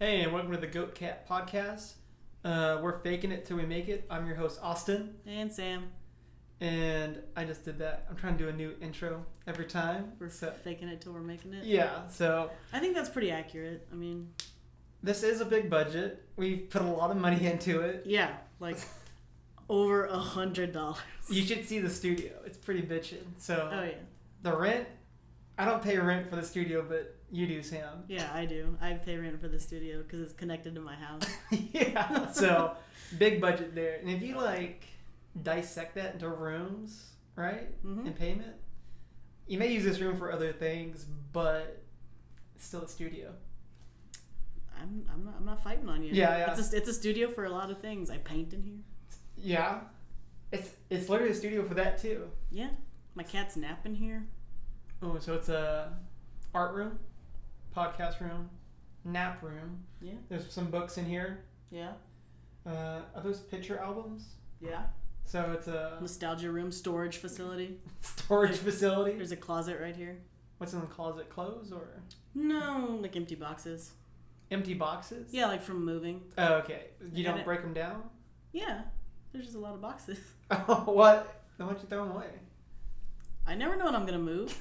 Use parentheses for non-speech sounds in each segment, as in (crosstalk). Hey, and welcome to the Goat Cat Podcast. Uh, we're faking it till we make it. I'm your host, Austin, And Sam, and I just did that. I'm trying to do a new intro every time. we're So, faking it till we're making it. yeah, so I think that's pretty accurate. I mean, this is a big budget. We put a lot of money (laughs) into it. yeah, like over a hundred dollars. You should see the studio. It's pretty bitchin'. So Oh yeah, the rent, I don't pay rent for the studio, but you do, Sam. (laughs) yeah, I do. I pay rent for the studio because it's connected to (laughs) my house. yeah. (laughs) So big budget there. And if you like dissect that into rooms, right? hmm and payment. You may use this room for other things, but it's still a studio. I'm, I'm not I'm not fighting on you. Yeah, yeah. It's a, it's a studio for a lot of things. I paint in here. Yeah. It's it's literally a studio for that too. Yeah, my cat's napping here. Oh, so it's a art room, podcast room, nap room. Yeah. There's some books in here. Yeah, Uh, are those picture albums? yeah. So it's a (laughs) Nostalgia room storage facility. storage facility. There's a closet right here. What's in the closet? Clothes or No, like empty boxes. empty boxes? Yeah, like from moving. Oh, okay. You And don't it- break them down. (laughs) Yeah, there's just a lot of boxes. (laughs) Oh, what? Then why don't you throw them away? (laughs) I never know when I'm gonna move.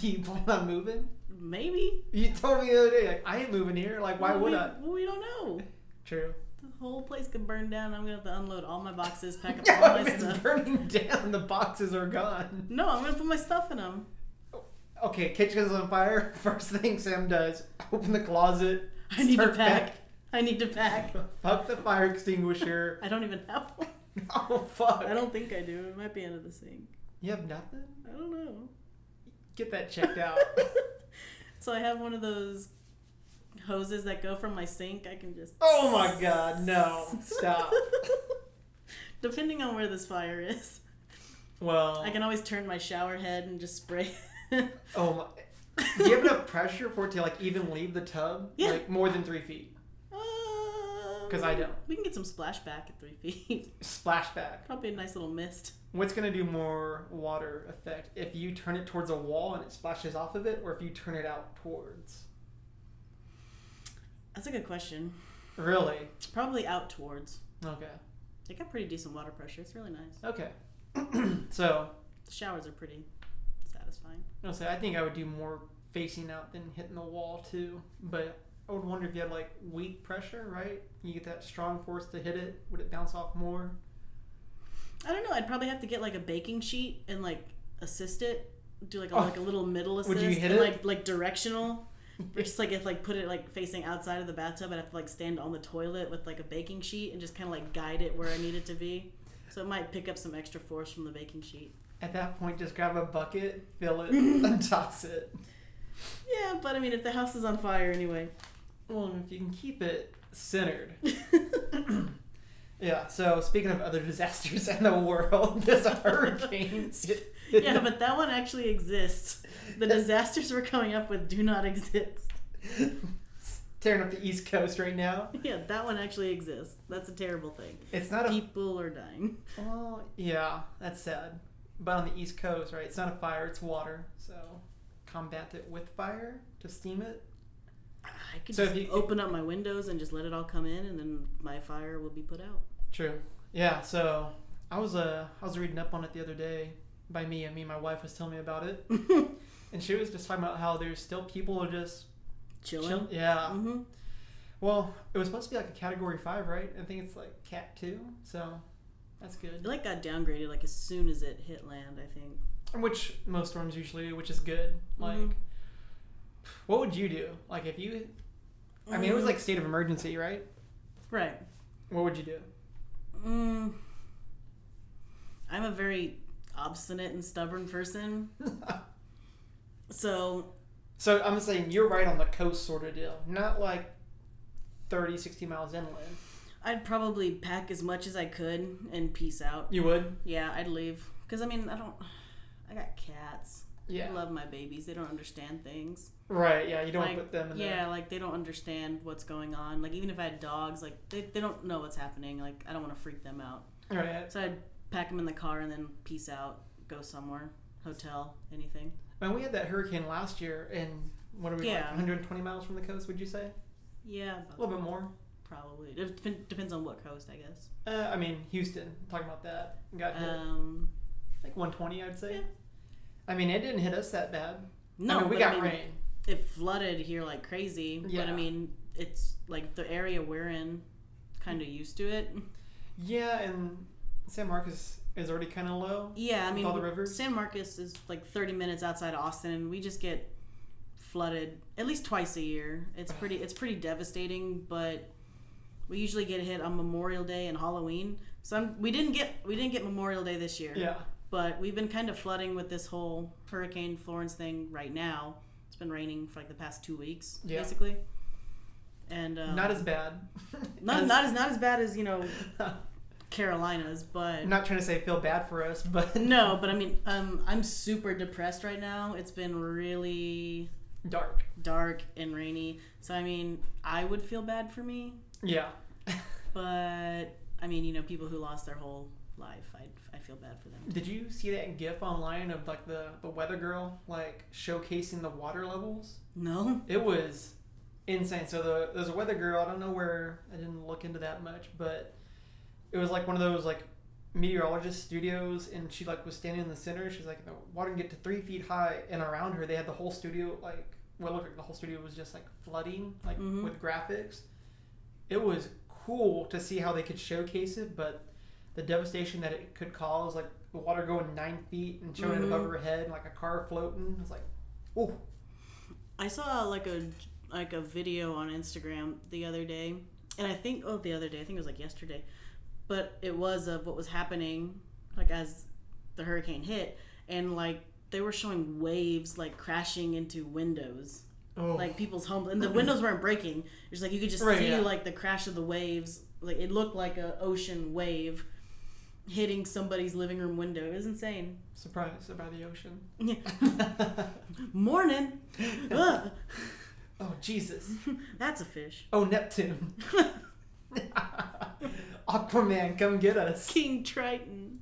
Do you plan on moving? Maybe. You told me the other day, like, I ain't moving here. Like, why Well, would we, I? Well, we don't know. True. The whole place could burn down. I'm gonna have to unload all my boxes, (laughs) pack up all Yeah, my if it's stuff. burning (laughs) down, the boxes are gone. No, I'm gonna put my stuff in them. Okay, kitchen's on fire. (laughs) First thing Sam does, open the closet. I need start to pack. I need to pack. (laughs) Fuck the fire extinguisher. (laughs) I don't even have one. oh, fuck. I don't think I do. It might be under the sink. You have nothing? I don't know. Get that checked out. (laughs) so I have one of those hoses that go from my sink. I can just. oh, my God. No. Stop. (laughs) Depending on where this fire is, Well, I can always turn my shower head and just spray. oh, my. (laughs) Do you have enough pressure for it to, like, even leave the tub? Yeah. Like, more than three feet. Because I don't. Uh, We can get some splashback at three feet. (laughs) Splashback. Probably a nice little mist. What's gonna do more water effect if you turn it towards a wall and it splashes off of it, or if you turn it out towards? That's a good question. Really? Probably out towards. Okay. They got pretty decent water pressure. It's really nice. Okay. (clears throat) so The showers are pretty satisfying. I'll say I think I would do more facing out than hitting the wall too. But I would wonder if you had like weak pressure, right? You get that strong force to hit it, would it bounce off more? I don't know. I'd probably have to get like a baking sheet and like assist it. Do like a, Oh. like a little middle assist Would you hit and it? like (laughs) like directional. Or just like if like put it like facing outside of the bathtub, I'd have to like stand on the toilet with like a baking sheet and just kind of like guide it where I need it to be. So it might pick up some extra force from the baking sheet. At that point, just grab a bucket, fill it, and toss it. Yeah, but I mean, if the house is on fire (laughs) anyway. Well, if you can keep it centered. (laughs) (clears throat) Yeah, so speaking of other (laughs) disasters in the world, (laughs) there's a hurricane. (laughs) (laughs) yeah, but that one actually exists. The disasters we're coming up with do not exist. (laughs) tearing up the East Coast right now. Yeah, that one actually exists. That's a terrible thing. It's not a. People are dying. Well, yeah, that's sad. But on the East Coast, right? It's not a fire, it's water. So combat it with fire to steam it. I could So just if you- open up my windows and just let it all come in, and then my fire will be put out. (laughs) True. Yeah, so I was uh, I was reading up on it the other day by me, and me and my wife was telling me about it. and she was just talking about how there's still people who just Chilling. chill- Yeah. Mm-hmm. Well, it was supposed to be like a category five, right? I think it's like cat two, so that's It good. like got downgraded like as soon as it hit land. I think. Which most storms usually do, which is good. Like, Mhm. what would you do? Like, if you, I mean, it was Mm, like state of emergency, right? right. What would you do? (laughs) Mm. I'm a very obstinate and stubborn person, so so I'm saying you're right on the coast, sort of deal, not like 30, 60 miles inland. I'd probably pack as much as I could and peace out. You would? Yeah, I'd leave. Because, I mean, I don't. I got cats. Yeah. I love my babies. They don't understand things. Right. Yeah. You don't Like, put them in Yeah, like, they don't understand what's going on. Like, even if I had dogs, like, they, they don't know what's happening. Like, I don't want to freak them out. there. Right. So I'd pack them in the car and then peace out, go somewhere, hotel, anything. Man, we had that hurricane last year, and what are we Yeah. like 120 miles from the coast? Would you say? Yeah, A little bit more. probably. It dep- depends on what coast, I guess. Uh, I mean, Houston. Talking about that, got hit Um, like 120, I'd say. yeah. I mean, it didn't hit us that bad. no, I mean, we but got I mean, rain. It flooded here like crazy, but Yeah. I mean, it's like the area we're in, kind of used to it. Yeah, and San Marcos is already kind of low. Yeah, I With mean, all the rivers? San Marcos is like 30 minutes outside of Austin, and we just get flooded at least twice a year. It's pretty, it's pretty devastating, but we usually get hit on Memorial Day and Halloween. So I'm, we didn't get we didn't get Memorial Day this year, Yeah, but we've been kind of flooding with this whole Hurricane Florence thing right now. It's been raining for like the past two weeks, Yeah. basically. And um, not as bad. (laughs) not As- not as not as bad as you know Carolinas, but (laughs) I'm not trying to say feel bad for us, but (laughs) No, but I mean, um, I'm super depressed right now. It's been really (laughs) dark. dark and rainy. So, I mean, I would feel bad for me. Yeah, But, I mean, you know, people who lost their whole life, I, I feel bad for them. Did you see that GIF online of like the the weather girl like showcasing the water levels? No? It was insane. So the there's a weather girl. I don't know where. I didn't look into that much, but it was like one of those like meteorologist studios, and she like was standing in the center. She's like, the water can get to three feet high, and around her they had the whole studio like well, it looked like the whole studio was just like flooding, like Mhm. with graphics. It was cool to see how they could showcase it, but the devastation that it could cause, like the water going nine feet and showing it Mhm. above her head, and, like a car floating. It's like, oh, I saw, like, a like a video on Instagram the other day. And I think, oh, the other day. I think it was, like, yesterday. But it was of what was happening, like, as the hurricane hit. And, like, they were showing waves, like, crashing into windows. oh, like people's homes and the windows weren't breaking it's like you could just Right, see yeah. like the crash of the waves like it looked like a ocean wave hitting somebody's living room window it was insane (laughs) surprise by the ocean. Yeah. (laughs) morning Ugh, Oh Jesus! that's a fish Oh Neptune! (laughs) Aquaman, come get us! king triton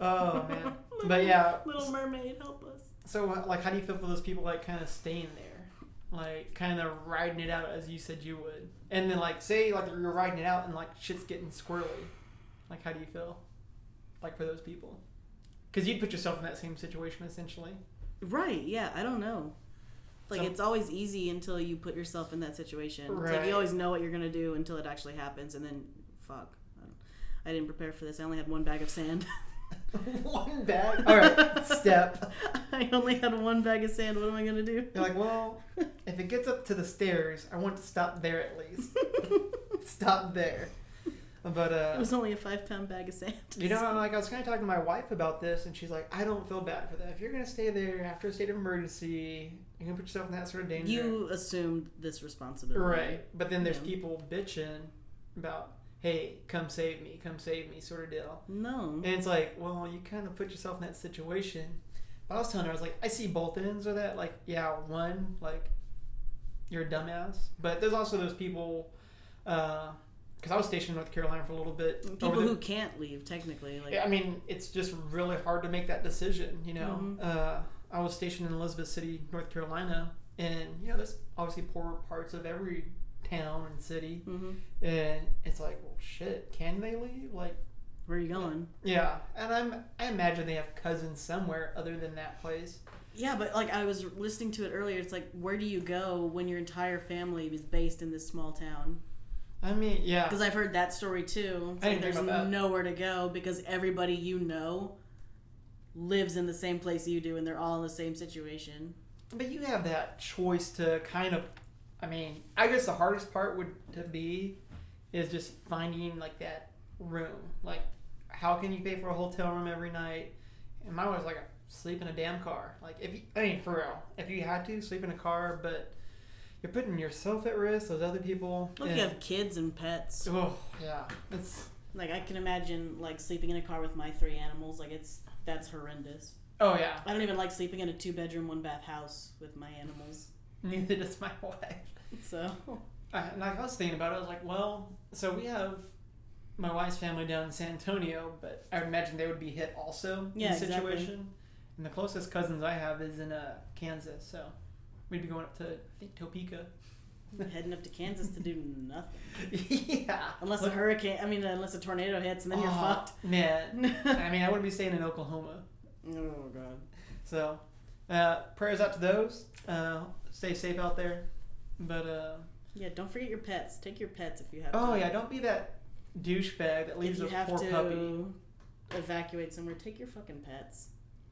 Oh man! But yeah, little mermaid help us so uh, like, how do you feel for those people like kind of staying there, like kind of riding it out as you said you would, and then like say like you're riding it out and like shit's getting squirrely, like how do you feel, like for those people? Because you'd put yourself in that same situation essentially. (laughs) right yeah i don't know like So- it's always easy until you put yourself in that situation it's like Right. you always know what you're gonna do until it actually happens and then fuck I don't- i didn't prepare for this i only had one bag of sand (laughs) One bag. All right, step. I only had one bag of sand. What am I gonna do? You're like, (laughs) well, if it gets up to the stairs, I want to stop there at least. (laughs) stop there. But It uh, was only a five pound bag of sand. you know, (laughs) I'm like I was kind of talking to my wife about this, and she's like, I don't feel bad for that. If you're gonna stay there after a state of emergency, you're gonna put yourself in that sort of danger. you assumed this responsibility, right? But then there's Yeah. people bitching about, hey, come save me, come save me, sort of deal. No, And it's like, well, you kind of put yourself in that situation. But I was telling her, I was like, I see both ends of that. Like, yeah, one, like, you're a dumbass. But there's also those people, because I was stationed in North Carolina for a little bit. people over the- who can't leave technically, like I mean, it's just really hard to make that decision, you know. Mhm. Uh, I was stationed in Elizabeth City, North Carolina, and, you know, there's obviously poor parts of every town and city. hmm And it's like, well, shit, can they leave? Like, where are you going? yeah, and I'm I imagine they have cousins somewhere other than that place. Yeah, but like I was listening to it earlier, it's like where do you go when your entire family is based in this small town? I mean, yeah, Because I've heard that story too. It's I like didn't think there's about that. nowhere to go because everybody you know lives in the same place you do, and they're all in the same situation. but you have that choice to kind of. I mean, I guess the hardest part would to be is just finding like that room. Like, how can you pay for a hotel room every night? And mine was like sleep in a damn car. Like, if you, I mean, for real, if you had to sleep in a car, but you're putting yourself at risk. Those other people. Look, you and- have kids and pets. Oh yeah, it's Like I can imagine like sleeping in a car with my three animals. Like it's that's horrendous. oh yeah. (laughs) I don't even like sleeping in a two bedroom, one bath house with my animals. Neither does my wife. (laughs) So I, and like I was thinking about it, I was like, well, so we have my wife's family down in San Antonio, but I would imagine they would be hit also Yeah, in the exactly. situation. And the closest cousins I have is in uh, Kansas, so we'd be going up to I think Topeka. (laughs) heading up to Kansas to do nothing. yeah. Unless a hurricane, I mean, unless a tornado hits and then you're Aw, fucked. (laughs) Man, I mean, I wouldn't be staying in Oklahoma. oh god. So, uh, prayers out to those. Uh, stay safe out there. But uh, Yeah, don't forget your pets. Take your pets if you have. oh to. yeah, don't be that douchebag that If leaves you a have poor to puppy. evacuate somewhere, take your fucking pets.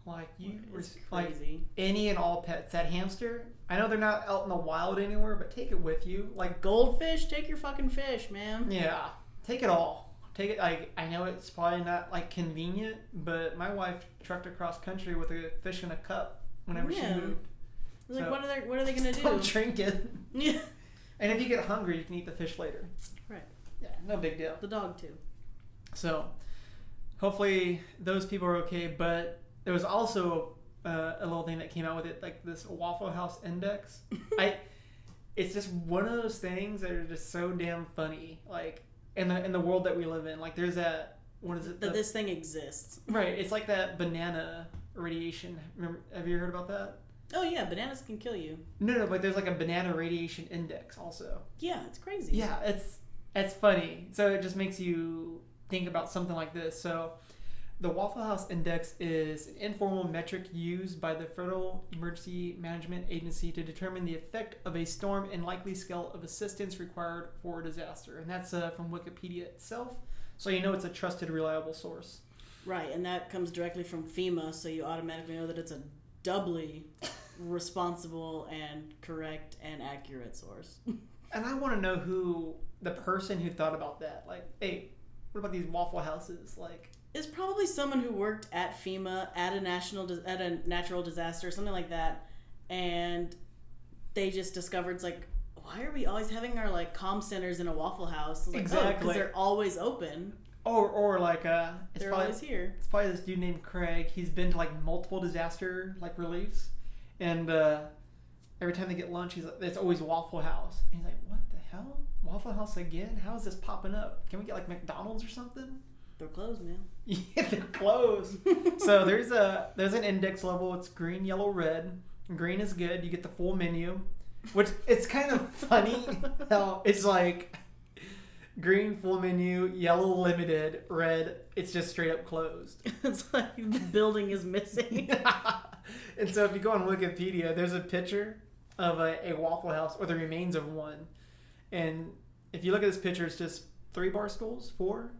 Like you, it's res- like crazy. any and all pets. That hamster. I know they're not out in the wild anywhere, but take it with you. Like Goldfish, take your fucking fish, man. Yeah, take it all. Take it. Like I know it's probably not like convenient, but my wife trucked across country with a fish in a cup whenever Yeah. she moved. Like, So- what are they? What are (laughs) they gonna do? Don't drink it. (laughs) Yeah. And if you get hungry, you can eat the fish later. Right. Yeah, no big deal. The dog too. So, hopefully those people are okay. But there was also uh, a little thing that came out with it, like this Waffle House index. I, it's just one of those things that are just so damn funny. Like in the in the world that we live in, like there's that what is it? That the- this thing exists. Right, it's like that banana radiation. Remember, have you heard about that? Oh yeah, bananas can kill you. No, no, but there's like a banana radiation index also. Yeah, it's crazy. Yeah, it's it's funny. So it just makes you think about something like this. So the Waffle House Index is an informal metric used by the Federal Emergency Management Agency to determine the effect of a storm and likely scale of assistance required for a disaster. And that's uh, from Wikipedia itself. So you know it's a trusted, reliable source. Right, and that comes directly from FEMA, so you automatically know that it's a (laughs) doubly responsible and correct and accurate source. And I want to know who the person who thought about that. Like, hey, what about these Waffle Houses? Like, It's probably someone who worked at FEMA at a national dis- at a natural disaster, something like that, and they just discovered it's like, why are we always having our like comm centers in a Waffle House? It's like, Exactly. because they're always open. or or like, uh, it's they're probably always here. it's probably this dude named Craig. He's been to like multiple disaster like reliefs, and uh, every time they get lunch, he's like, it's always Waffle House. And he's like, what the hell, Waffle House again? How is this popping up? Can we get like McDonald's or something? (laughs) They're closed, man. Yeah, they're closed. so there's a there's an index level. It's green, yellow, red. Green is good. You get the full menu, which it's kind of funny. (laughs) how it's like green full menu, yellow limited, red it's just straight up closed. (laughs) it's like the building is missing. (laughs) and so if you go on Wikipedia, there's a picture of a, a Waffle House or the remains of one. And if you look at this picture, it's just three bar stools, four.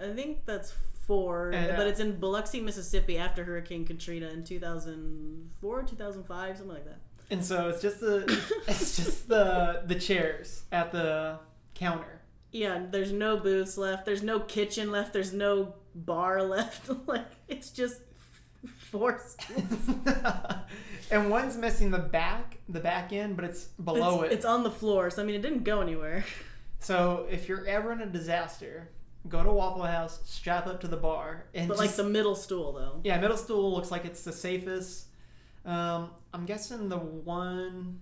I think that's four, Yeah. but it's in Biloxi, Mississippi after Hurricane Katrina in 2004, 2005, something like that. And so it's just (laughs) the it's just the the chairs at the counter. (laughs) Yeah, there's no booths left. There's no kitchen left. There's no bar (laughs) left. like, it's just forced. and one's missing the back, the back end, but it's below it's, it. It's on the floor, so I mean, it didn't go anywhere. So if you're ever in a disaster, go to Waffle House, strap up to the bar, and But just, like the middle stool, though. yeah, middle stool looks like it's the safest. Um, I'm guessing the one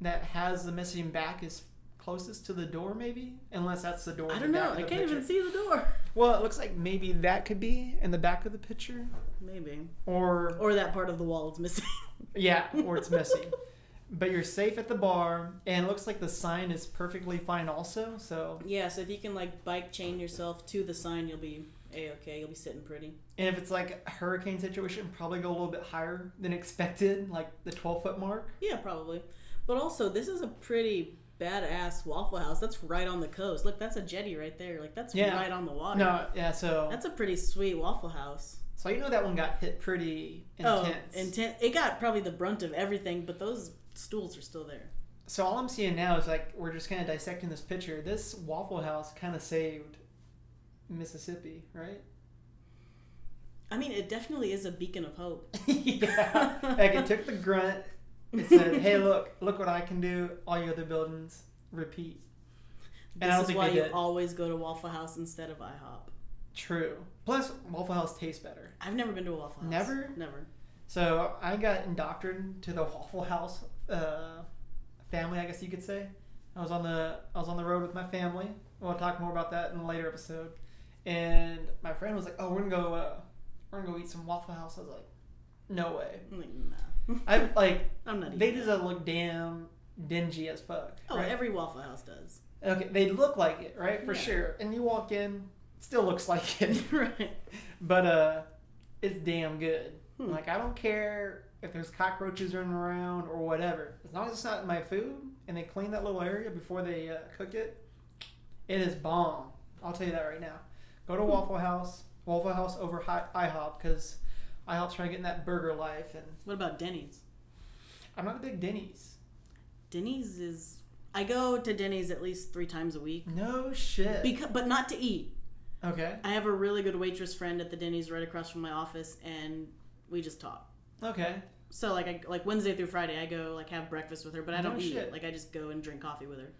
that has the missing back is closest to the door, maybe, unless that's the door. I at the don't know. back of I the can't even picture. see the door. Well, it looks like maybe that could be in the back of the picture, Maybe. or Or that part of the wall is missing. (laughs) Yeah, or it's missing. but you're safe at the bar, and it looks like the sign is perfectly fine also. So, yeah, so if you can like bike chain yourself to the sign, you'll be a okay. You'll be sitting pretty. and if it's like a hurricane situation, probably go a little bit higher than expected, like the 12 foot mark. Yeah, probably. But also, this is a pretty badass Waffle House. That's right on the coast. Look, that's a jetty right there. Like that's Yeah. right on the water. No, yeah. So, That's a pretty sweet Waffle House. so you know that one got hit pretty intense. Oh, intense. It got probably the brunt of everything, but those stools are still there. so all I'm seeing now is like we're just kind of dissecting this picture. This Waffle House kind of saved Mississippi, right? (laughs) I mean, it definitely is a beacon of hope. yeah. Like it took the grunt. It said, (laughs) "Hey, look, look what I can do. All your other buildings, repeat." I This don't is think why they you did. always go to Waffle House instead of IHOP. True. Plus, Waffle House tastes better. I've never been to a Waffle House. Never? Never. So I got indoctrinated to the Waffle House uh, family, I guess you could say. I was on the I was on the road with my family. We'll talk more about that in a later episode. And my friend was like, "Oh, we're gonna go. Uh, we're gonna go eat some Waffle House." I was like, "No way." I'm like, nah. (laughs) I like I'm not eating. they just uh, look damn dingy as fuck. Oh, right? every Waffle House does. okay, they look like it, right? For Yeah. sure. And you walk in, still looks (laughs) like it. (laughs) right. But uh it's damn good. Hmm. Like I don't care if there's cockroaches running around or whatever. As long as it's not in my food and they clean that little area before they uh, cook it, it is bomb. I'll tell you that right now. Go Hmm. to Waffle House, Waffle House over Hi- IHOP because IHOP's trying to get in that burger life, and What about Denny's? I'm not a big Denny's. Denny's is. I go to Denny's at least three times a week, No shit. because, but not to eat. okay. I have a really good waitress friend at the Denny's right across from my office, and we just talk. Okay. So like I, like Wednesday through Friday, I go like have breakfast with her, but I No don't eat. shit. Like I just go and drink coffee with her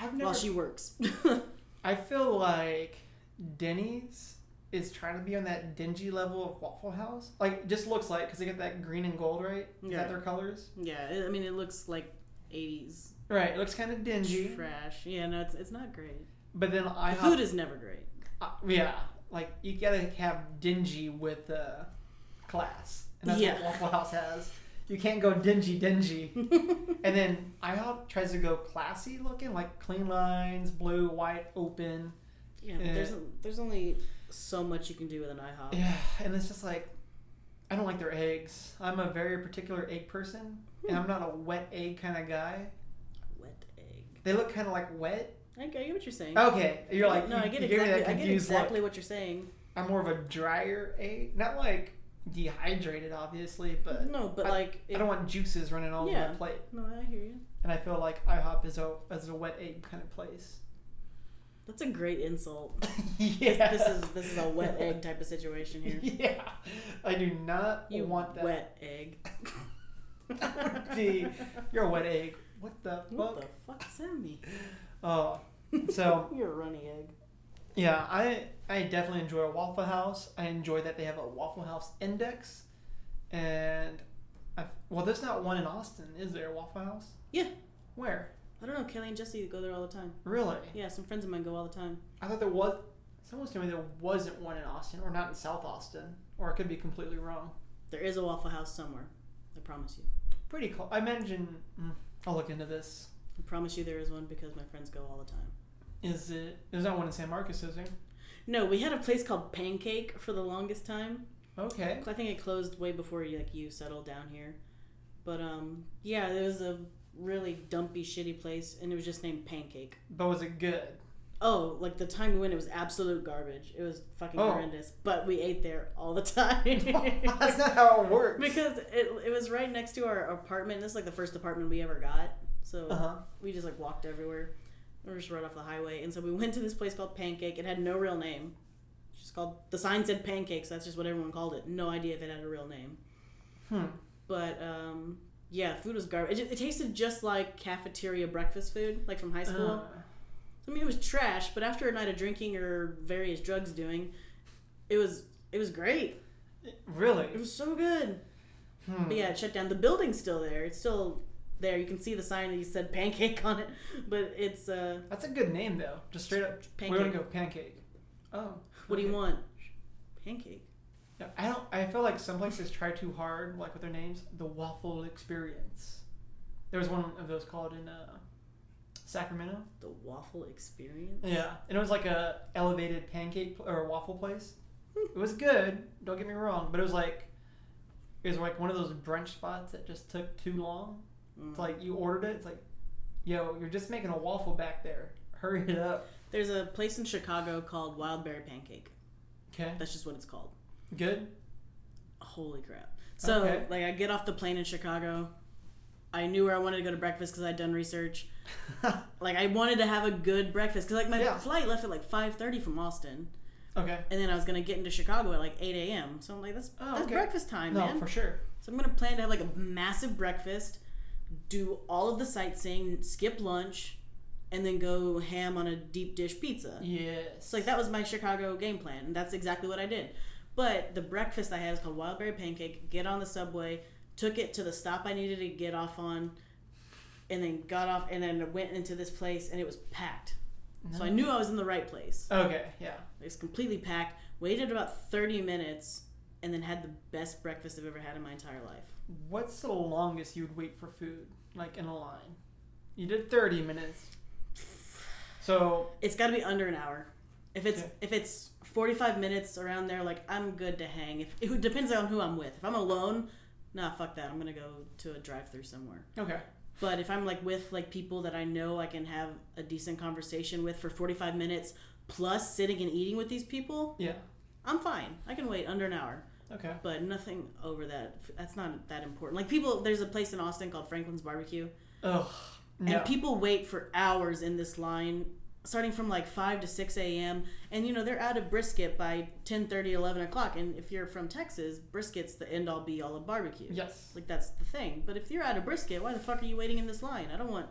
I've never. while she works. (laughs) I feel like Denny's is trying to be on that dingy level of Waffle House. Like, it just looks like because they get that green and gold, right? Is Yeah. that their colors? yeah, it, I mean it looks like '80s Right. It looks kind of dingy. trash. Yeah, no, it's it's not great. But then The I food is never great. (laughs) yeah, like you gotta have dingy with uh, class, and that's Yeah. what Waffle House has. You can't go dingy, dingy. and then IHOP tries to go classy looking, like clean lines, blue, white, open. Yeah, but Yeah. there's there's only so much you can do with an IHOP. Yeah, and it's just like I don't like their eggs. I'm a very particular egg person, Hmm. and I'm not a wet egg kind of guy. Wet egg. They look kind of like wet. I get I get what you're saying. Okay, Oh, you're like no, you, I get you give me exactly. that I get confused look. exactly what you're saying. I'm more of a drier egg, not like dehydrated, obviously, but no, but like I it, don't want juices running all over Mm-hmm. Yeah. my plate. no, I hear you. And I feel like IHOP is a is a wet egg kind of place. (laughs) That's a great insult. yeah, This is this is a wet egg type of situation (laughs) here. (laughs) yeah, I do not You want that. wet egg. (laughs) That would be- (laughs) You're a wet egg. What the What fuck? the fuck does that mean? Oh, So- you're a runny egg. Yeah, I I definitely enjoy a Waffle House. I enjoy that they have a Waffle House index, and I, well, there's not one in Austin, is there? A Waffle House? Yeah. Where? I don't know. Kelly and Jesse go there all the time. Really? Yeah, some friends of mine go all the time. I thought there was. Someone was telling me there wasn't one in Austin, or not in South Austin, or I could be completely wrong. There is a Waffle House somewhere. I promise you. Pretty close. I imagine. mm, I'll look into this. I promise you there is one because my friends go all the time. Is it? There's not one in San Marcos, is there? No, we had a place called Pancake for the longest time. Okay. I think it closed way before like you settled down here. But um, yeah, there was a really dumpy, shitty place, and it was just named Pancake. But was it (laughs) good? (laughs) Oh, like the time we went, it was absolute garbage. It was fucking Oh. horrendous. But we ate there all (laughs) the time. (laughs) That's not how it works. because it, it was right next to our apartment. This is like the first apartment we ever got. So Uh huh. we just like walked everywhere. We were just right off the highway. And so we went to this place called Pancake. It had no real name. It's just called, the sign said Pancake, so that's just what everyone called it. No idea if it had a real name. Hmm. But um, yeah, food was garbage. It, it tasted just like cafeteria breakfast food, like from high school. Uh, I mean, it was trash, but after a night of drinking or various drugs doing, it was it was great. really? It was so good. Hmm. But yeah, it shut down. The building's still there. It's still there. You can see the sign that you said pancake on it, but it's uh That's a good name though. Just straight up. pancake. We're gonna go pancake. Oh. What do you okay. want? Pancake. No, I don't. I feel like some places try too hard, like with their names. The waffle experience. There was one of those called in uh, Sacramento. The waffle experience. Yeah, and it was like a elevated pancake pl- or waffle place. It was good. Don't get me wrong, but it was like it was like one of those brunch spots that just took too long. Mm. It's like you ordered it. It's like, yo, you're just making a waffle back there. Hurry it up. There's a place in Chicago called Wildberry Pancake. Okay, That's just what it's called. good. (laughs) Holy crap. So, Okay. like, I get off the plane in Chicago. I knew where I wanted to go to breakfast because I'd done research. Like, I wanted to have a good breakfast because, like, my Yeah. flight left at like 5.30 from Austin. okay. And then I was going to get into Chicago at like 8 a.m. So I'm like, that's, Oh, that's okay. breakfast time, no, man. for sure. so I'm going to plan to have like a massive breakfast, do all of the sightseeing, skip lunch, and then go ham on a deep dish pizza. Yes. So like that was my Chicago game plan, and that's exactly what I did. But the breakfast I had is called Wildberry Pancake. Get on the subway, took it to the stop I needed to get off on, and then got off, and then went into this place, and it was packed. So I knew I was in the right place. Okay. Yeah. It was completely packed. Waited about thirty minutes, and then had the best breakfast I've ever had in my entire life. What's the longest you'd wait for food, like in a line? You did 30 minutes. So, It's got to be under an hour. If it's Okay. if it's 45 minutes around there, like I'm good to hang. If it depends on who I'm with. If I'm alone, nah, fuck that. I'm gonna go to a drive-through somewhere. okay. But if I'm like with like people that I know I can have a decent conversation with for 45 minutes plus sitting and eating with these people, Yeah. I'm fine. I can wait under an hour. Okay. But nothing over that. That's not that important. Like people, there's a place in Austin called Franklin's Barbecue, Ugh. No. and people wait for hours in this line, starting from like five to six a.m. And you know they're out of brisket by 10, 11 o'clock. And if you're from Texas, brisket's the end all be all of barbecue. yes. Like that's the thing. But if you're out of brisket, why the fuck are you waiting in this line? I don't want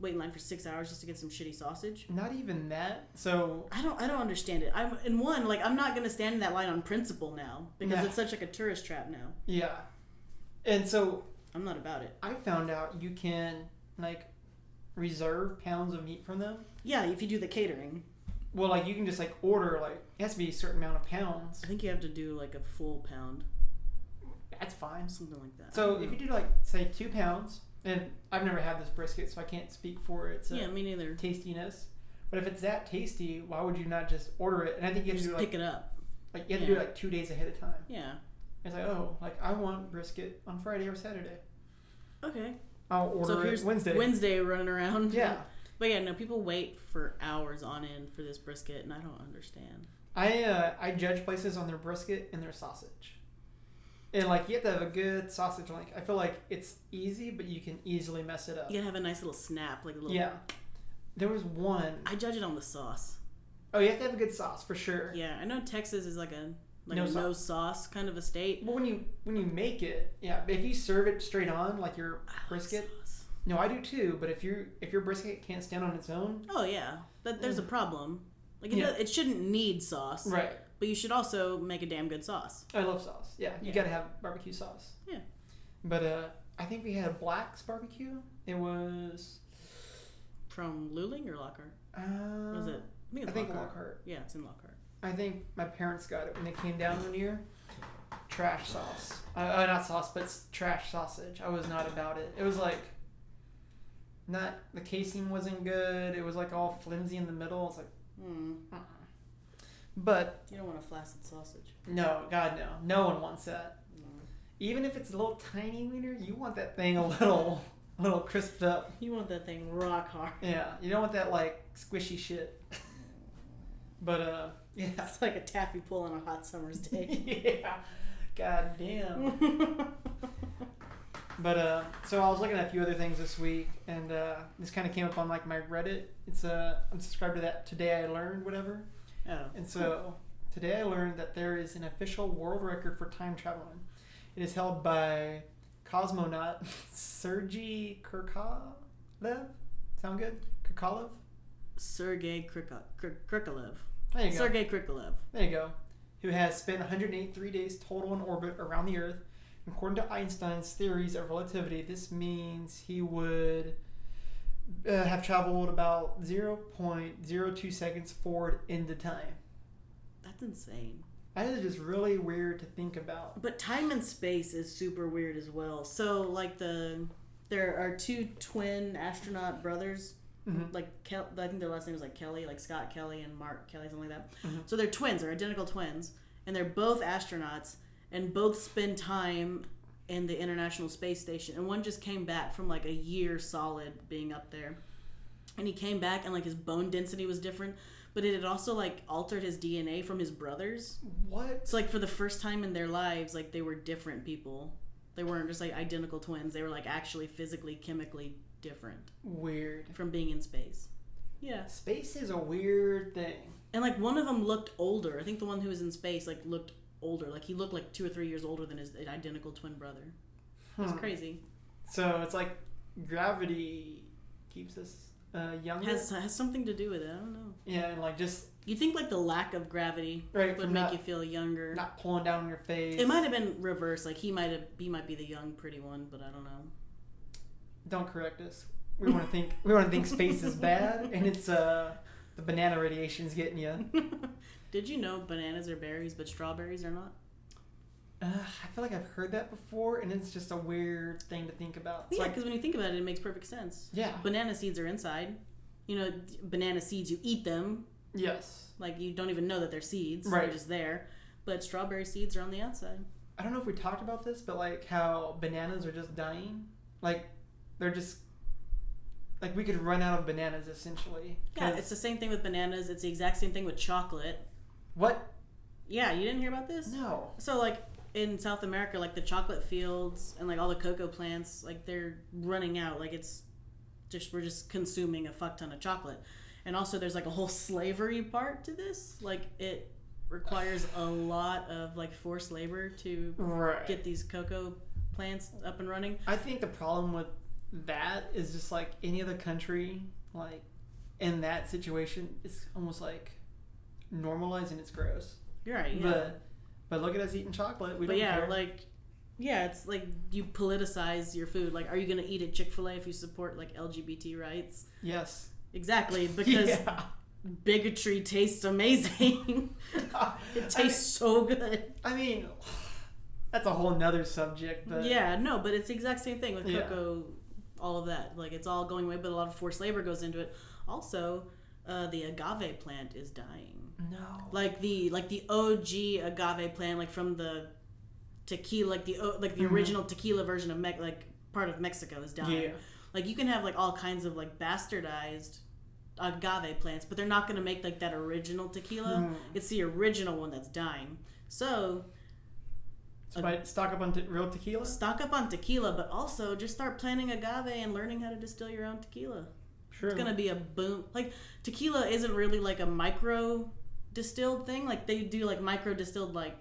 wait in line for six hours just to get some shitty sausage. Not even that. So, I don't I don't understand it. I'm in one like I'm not gonna stand in that line on principle now because Yeah. it's such like a tourist trap now. yeah. And so I'm not about it. I found out you can, like, reserve pounds of meat from them. Yeah, if you do the catering, Well, like, you can just, like, order, like, it has to be a certain amount of pounds. I think you have to do like a full pound, That's fine. something like that. I So don't if you know. do, like, say two pounds, and I've never had this brisket, so I can't speak for its uh, yeah, me neither. tastiness. But if it's that tasty, why would you not just order it? And I think you have You to just do, like, pick it up. Like you have to do it like two days ahead of time. Yeah. It's like, oh, like I want brisket on Friday or Saturday. Okay. I'll order so it here's Wednesday. Wednesday running around. yeah. But yeah, no, people wait for hours on end for this brisket, and I don't understand. I uh, I judge places on their brisket and their sausage. And like you have to have a good sausage link. I feel like it's easy, but you can easily mess it up. You gotta have a nice little snap, like a little. Yeah. There was one I judge it on the sauce. Oh, you have to have a good sauce for sure. Yeah, I know Texas is like a like No a sauce. no sauce kind of a state. But when you when you make it, yeah. But if you serve it straight on, like your I like brisket, sauce. no, I do too. But if you if your brisket can't stand on its own, Oh yeah, that there's a problem. Like it, Mm. Yeah. does- it shouldn't need sauce, right? but you should also make a damn good sauce. I love sauce. Yeah, you Yeah. gotta have barbecue sauce. Yeah. But uh, I think we had Black's barbecue. It was. From Luling or Lockhart? Uh, What is it? I think I it's think Lockhart. Lockhart. Yeah, it's in Lockhart. I think my parents got it when they came down one year. Trash sauce. Uh, uh, not sauce, but s- trash sausage. I was not about it. It was like. Not the casing wasn't good. It was like all flimsy in the middle. It's like, Hmm. Mm, but you don't want a flaccid sausage. no, God no, no one wants that. Even if it's a little tiny wiener, you want that thing a little, a little crisped up. You want that thing rock (laughs) hard. Yeah, you don't want that like squishy shit. But uh, yeah, It's like a taffy pull on a hot summer's (laughs) day. (laughs) yeah, god damn. Oh, okay. But uh, so I was looking at a few other things this week, and uh, this kind of came up on like my Reddit. It's uh, I'm subscribed to that today I learned whatever, Oh. and so today I learned that there is an official world record for time traveling. It is held by cosmonaut (laughs) Sergei Kirkalev. Sound good? Kirkalev. Sergey Krikalev. Krikalev. There you go. Sergey Krikalev. There you go. Who has spent 183 days total in orbit around the Earth. According to Einstein's theories of relativity, this means he would uh, have traveled about 0.02 seconds forward into time. That's insane. That is just really weird to think about. But time and space is super weird as well. So like the there are two twin astronaut brothers. Mhm. Like Kel- I think their last name was like Kelly, like Scott Kelly and Mark Kelly, something like that. Mhm. So they're twins, they're identical twins, and they're both astronauts, and both spend time in the International Space Station. And one just came back from like a year solid being up there, and he came back and like his bone density was different, but it had also like altered his DNA from his brothers. What? So like for the first time in their lives, like they were different people. They weren't just like identical twins. They were like actually physically, chemically different Weird. from being in space. Yeah. Space is a weird thing. And like one of them looked older. I think the one who was in space like looked older. Like he looked like two or three years older than his identical twin brother. It's Hmm. crazy. So it's like gravity keeps us uh, younger. Has has something to do with it. I don't know. yeah, and like just You think like the lack of gravity right would from make not, you feel younger? not pulling down your face. It might have been reverse. Like he might have he might be the young pretty one, but I don't know. don't correct us. We want to think we want to think space is bad, and it's uh the banana (laughs) radiation's getting you. Did you know bananas are berries, but strawberries are not? Uh, I feel like I've heard that before, and it's just a weird thing to think about. It's yeah, like, because when you think about it, it makes perfect sense. yeah, Banana seeds are inside. You know, d- banana seeds, you eat them. yes. Like, you don't even know that they're seeds. Right. They're just there. But strawberry seeds are on the outside. I don't know if we talked about this, but like how bananas are just dying. Like they're just like we could run out of bananas essentially. Yeah, 'Cause- it's the same thing with bananas. It's the exact same thing with chocolate. what? Yeah, you didn't hear about this? No. So like in South America, like the chocolate fields and like all the cocoa plants, like they're running out. Like it's just we're just consuming a fuck ton of chocolate. And also there's like a whole (laughs) slavery part to this. Like it requires a lot of like forced labor to Right. get these cocoa plants up and running. I think the problem with that is just like any other country, like in that situation, it's almost like normalizing it's gross. You're right. Yeah. But but look at us eating chocolate. We but don't yeah, care. like yeah, it's like you politicize your food. Like, are you gonna eat at Chick Fil A if you support like LGBT rights? yes. Exactly, (laughs) because Yeah. bigotry tastes amazing. (laughs) it (laughs) tastes I mean- so good. I mean, (sighs) that's a whole nother subject, but yeah, no, but it's the exact same thing with Yeah. cocoa, all of that. Like it's all going away, but a lot of forced labor goes into it. Also, uh, the agave plant is dying. no. Like the like the OG agave plant, like from the tequila, like the o- like the Mhm. original tequila version of Me- like part of Mexico is dying. Yeah. Like you can have like all kinds of like bastardized agave plants, but they're not gonna make like that original tequila. Hmm. It's the original one that's dying. So So I stock up on te- real tequila. stock up on tequila, but also just start planting agave and learning how to distill your own tequila. True. It's gonna be a boom. Like tequila isn't really like a micro distilled thing. Like they do like micro distilled like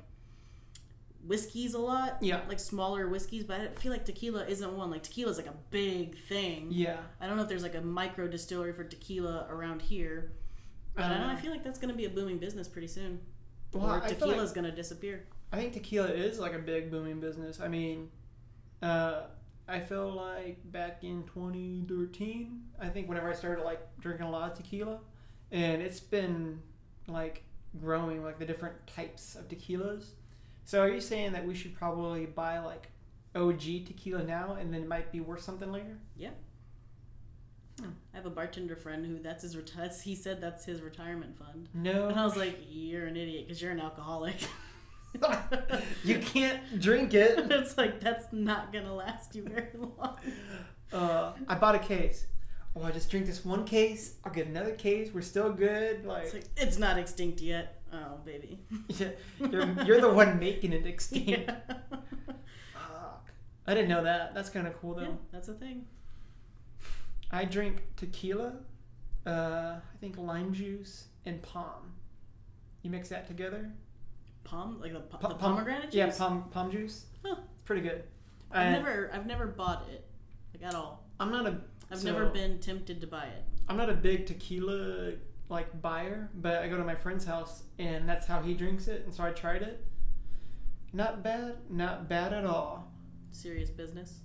whiskeys a lot, yeah. like smaller whiskeys. But I feel like tequila isn't one. Like tequila's like a big thing. Yeah. I don't know if there's like a micro distillery for tequila around here, but I, don't Um, know, I feel like that's gonna be a booming business pretty soon. Uh, Well, or I feel like- tequila's gonna disappear. I think tequila is like a big booming business. I mean, uh, I feel like back in 2013, I think whenever I started like drinking a lot of tequila, and it's been like growing like the different types of tequilas. So are you saying that we should probably buy like OG tequila now, and then it might be worth something later? I have a bartender friend who that's his reti- that's- he said that's his retirement fund. And I No, was like, "You're an idiot because you're an alcoholic." (laughs) Uh-huh. (laughs) you can't drink (laughs) it. it's like that's not gonna last you very (laughs) long. Uh, I bought a case. Oh, I just drink this one case. I'll get another case. We're still good. It's Like, like it's not extinct yet. Oh, baby. (laughs) (laughs) you're, you're the one making it extinct. Yeah. Fuck. I didn't know that. That's kind of cool though. yeah, that's a thing. I drink tequila, uh, I think lime juice and palm. You mix that together. Palm like the, po- Pa- the palm- pomegranate juice. Yeah, uh, palm palm juice. Huh. It's pretty good. I, I've never I've never bought it like at all. I'm not a I've So- never been tempted to buy it. I'm not a big tequila like buyer, but I go to my friend's house and that's how he drinks it, and so I tried it. Not bad, not bad at all. Serious business.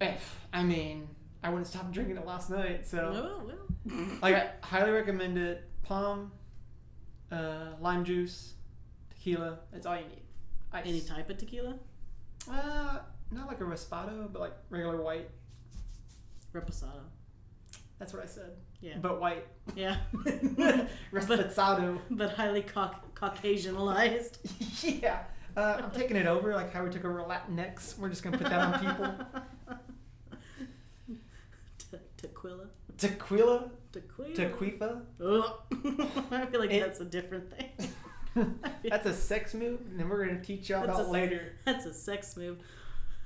Eh, I mean, I wouldn't stop (laughs) drinking it last night, so Oh well. like I highly recommend it. Palm, uh, lime juice, tequila. That's all you need. Ice. Any type of tequila? Uh, not like a Respado, but like regular white. Reposado. That's what I said. Yeah. But white. (laughs) Yeah. (laughs) Respado. but highly cauc- Caucasianized. (laughs) yeah. Uh, I'm taking it over like how we took over Latinx. We're just gonna put that on people. (laughs) Te- Tequila. Tequila, Tequila. tequifa. (laughs) Ugh. (laughs) I feel like It- that's a different (laughs) thing. That's a sex move, and then we're gonna teach y'all That's about a- later. That's a sex move.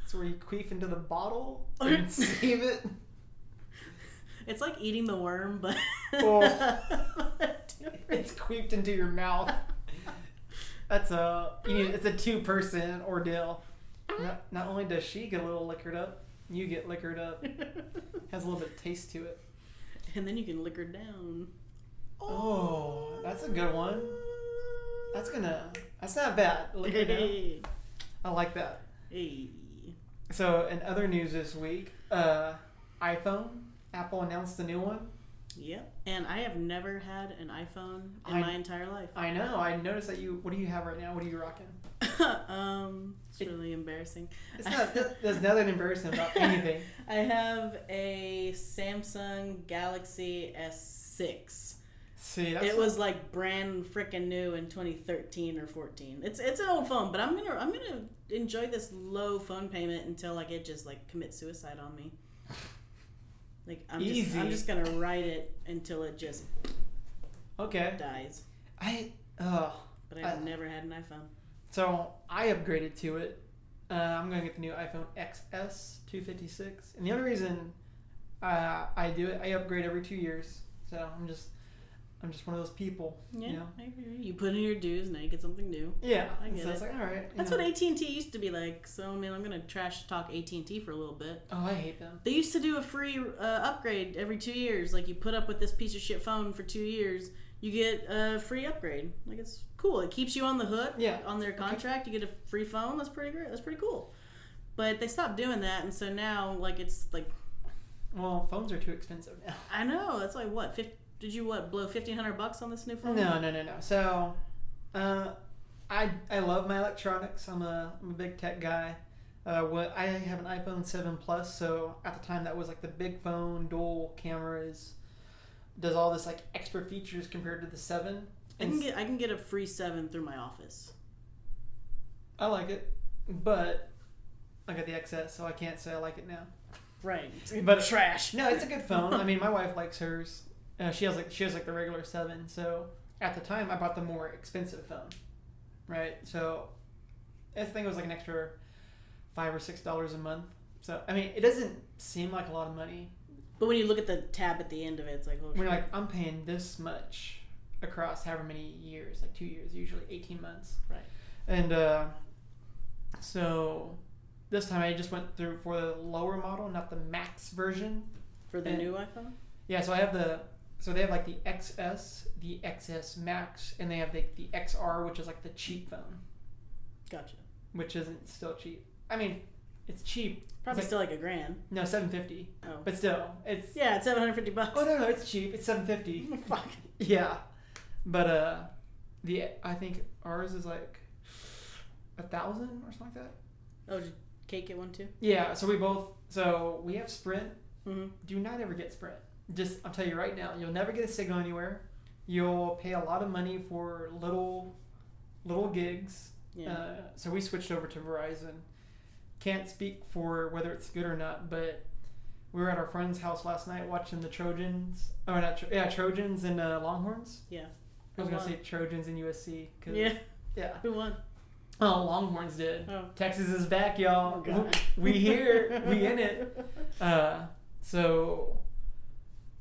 It's where you queef into the (laughs) bottle and save it. It's like eating the worm, but Oh. It's queefed into your mouth. That's a you need, it's a two person ordeal. Not, not only does she get a little liquored up, you get liquored up. Has a little bit of taste to it. (laughs) and then you can liquor down. Oh, that's a good one. (laughs) That's gonna. That's not bad. Liquored up. Hey. I like that. Hey. So, in other news this week, uh, iPhone, Apple announced the new one. Yep. And I have never had an iPhone in I- my entire life. I know. I noticed that you. What do you have right now? What are you rocking? (laughs) um, it's really embarrassing. It's not. (laughs) there's nothing embarrassing (laughs) about anything. I have a Samsung Galaxy S6. See, that's It was like brand freaking new in 2013 or 14. It's it's an old phone, but I'm gonna I'm gonna enjoy this low phone payment until like it just like commits suicide on me. Like I'm just I'm Easy. just gonna ride it until it just okay. dies. I. Uh, But I've I- never had an iPhone. so I upgraded to it. Uh, I'm gonna get the new iPhone XS 256, and the only reason uh, I do it, I upgrade every two years. So I'm just, I'm just one of those people. Yeah, Yeah. I agree. You put in your dues, now you get something new. Yeah. I get so it's it. like all right. you That's know. what AT and T used to be like. So I mean, I'm gonna trash talk AT and T for a little bit. Oh, I hate them. They used to do a free uh, upgrade every two years. Like you put up with this piece of shit phone for two years, you get a free upgrade. Like it's cool. It keeps you on the hook. Yeah. On their contract, you get a free phone. That's pretty great. That's pretty cool. But they stopped doing that, and so now like it's like Well, phones are too expensive now. I know that's like what 50, did you what blow fifteen hundred bucks on this new (laughs) phone? No, no, no, no. So, uh, I I love my electronics. I'm a I'm a big tech guy. Uh, what I have an iPhone seven plus, so at the time that was like the big phone, dual cameras, does all this like extra features compared to the seven. I can And get I can get a free seven through my office. I like it, but I got the XS, so I can't say I like it now. Right. But- trash. No, it's a good phone. I mean, my wife likes hers. Uh, she has like she has like the regular seven. So at the time, I bought the more expensive phone, right? So I think it was like an extra five or six dollars a month. So I mean, it doesn't seem like a lot of money But when you look at the tab at the end of it, it's like oh, when shit. you're like, I'm paying this much across however many years, like two years, usually 18 months. Right. And uh, so this time I just went through for the lower model, not the max version. for the and- new iPhone. Yeah, so I have the so they have like the XS, the XS Max, and they have the, the XR, which is like the cheap phone, Gotcha. which isn't still cheap. I mean, it's cheap. Probably But- still like a grand. No, seven fifty, Oh. but still, it's Yeah, it's 750 bucks. oh no no, it's cheap. It's seven fifty. (laughs) (laughs) Fuck. Yeah, but uh, the I think ours is like a thousand or something like that. Oh, did Kate get one too? Yeah, so we both so we have Sprint. Mm-hmm. do not ever get Sprint. Just I'll tell you right now, you'll never get a signal anywhere. You'll pay a lot of money for little little gigs. Yeah. Uh, so we switched over to Verizon. Can't speak for whether it's good or not, but we were at our friend's house last night watching the Trojans. Oh, not Tro- yeah, Trojans and uh, Longhorns. I Yeah. was Who gonna won? say Trojans and USC. 'cause- yeah. (laughs) yeah. Who won? Oh, Longhorns did. Oh. Texas is back, y'all. Oh, we here. We in (laughs) it. Uh, so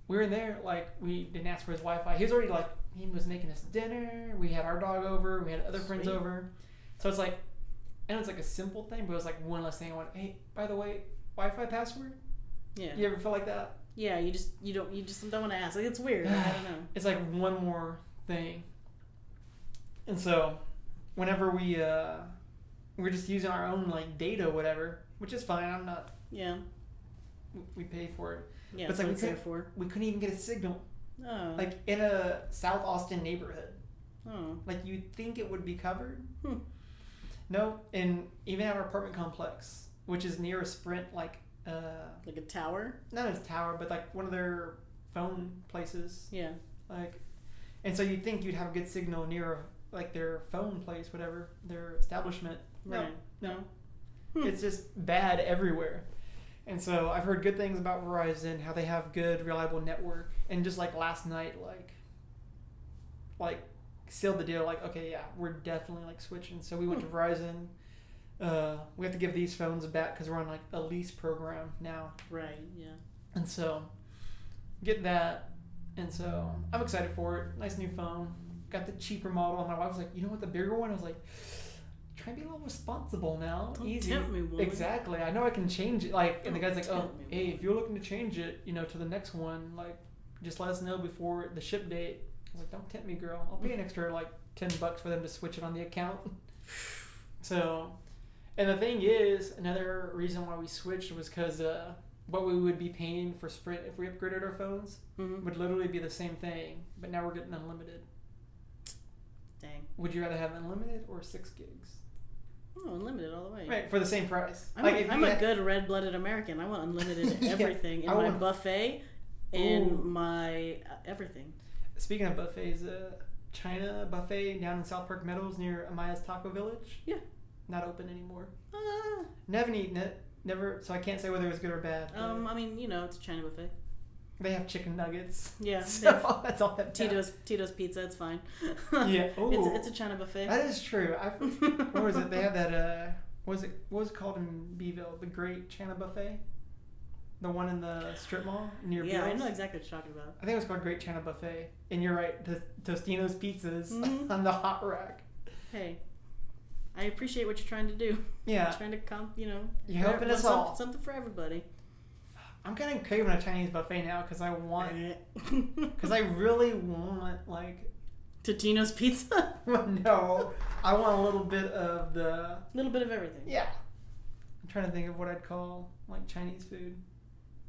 we were in there, like we didn't ask for his Wi-Fi. He was already like he was making us dinner. We had our dog over. We had other friends Sweet. over. So it's like, and it's like a simple thing, but it was like one less thing. I went, hey, by the way, Wi-Fi password. Yeah. You ever feel like that? Yeah. You just you don't you just don't want to ask. Like it's weird. Like, I (sighs) don't know. It's like one more thing. And so, whenever we uh, we're just using our own like data, whatever, which is fine. I'm not. Yeah. we- We pay for it. Yeah. But it's so like we it's there for. We couldn't even get a signal. Oh. like in a South Austin neighborhood. oh. Like you'd think it would be covered. Hmm. No, and even at our apartment complex, which is near a Sprint, like uh, Like a tower. not a tower, but like one of their phone places, Yeah. like, and so you'd think you'd have a good signal near like their phone place, whatever their establishment. No, Right. no, Hmm. it's just bad everywhere. And so I've heard good things about Verizon, how they have good, reliable network, and just like last night, like, like sealed the deal. Like, okay, yeah, we're definitely like switching. So we went to Hmm. Verizon. Uh, we have to give these phones back because we're on like a lease program now, Right. Yeah. and so get that. And so I'm excited for it. Nice new phone. Got the cheaper model. My wife was like, you know what, the bigger one. I was like, try and be a little responsible now. Don't Easy. tempt me, woman. Exactly. I know I can change it. Like, and the guy's like, Don't "Oh, tempt me, hey, woman." if you're looking to change it, you know, to the next one, like, just let us know before the ship date." I was like, "Don't tempt me, girl. I'll pay an extra like ten bucks for them to switch it on the account." (laughs) So, and the thing is, another reason why we switched was because uh, what we would be paying for Sprint if we upgraded our phones Mm-hmm. would literally be the same thing, but now we're getting unlimited. Dang. Would you rather have unlimited or six gigs? Oh, unlimited all the way. Right, for the same price. I'm, Like, a, if I'm you a had- good red-blooded American. I want unlimited (laughs) Yeah, everything in I my want- buffet, in Ooh. my uh, everything. Speaking of buffets, uh, China buffet down in South Park Meadows near Amaya's Taco Village. Yeah. Not open anymore. Ah, Never eaten it. Never, so I can't say whether it was good or bad. but um, I mean, you know, it's a China buffet. they have chicken nuggets. (laughs) Yeah. So they have that's all that matters. Tito's Tito's Pizza. It's fine. (laughs) Yeah. Ooh. It's, it's a China buffet. (laughs) That is true. I, what was it? They had that. Uh, what was it? What was it called in Beeville? The Great China Buffet. The one in the strip mall near yeah, I Beale's? know exactly what you're talking about. I think it was called Great China Buffet. And you're right, the Tostino's pizzas (laughs) Mhm. on the hot rack. Hey, I appreciate what you're trying to do. Yeah, trying to come, you know. You're helping for- us some- all. Something for everybody. I'm kind of craving a Chinese buffet now because I want, (laughs) because Because I really want like, (laughs) Totino's Pizza. (laughs) no, I want a little bit of the A little bit of everything. yeah. I'm trying to think of what I'd call like Chinese food,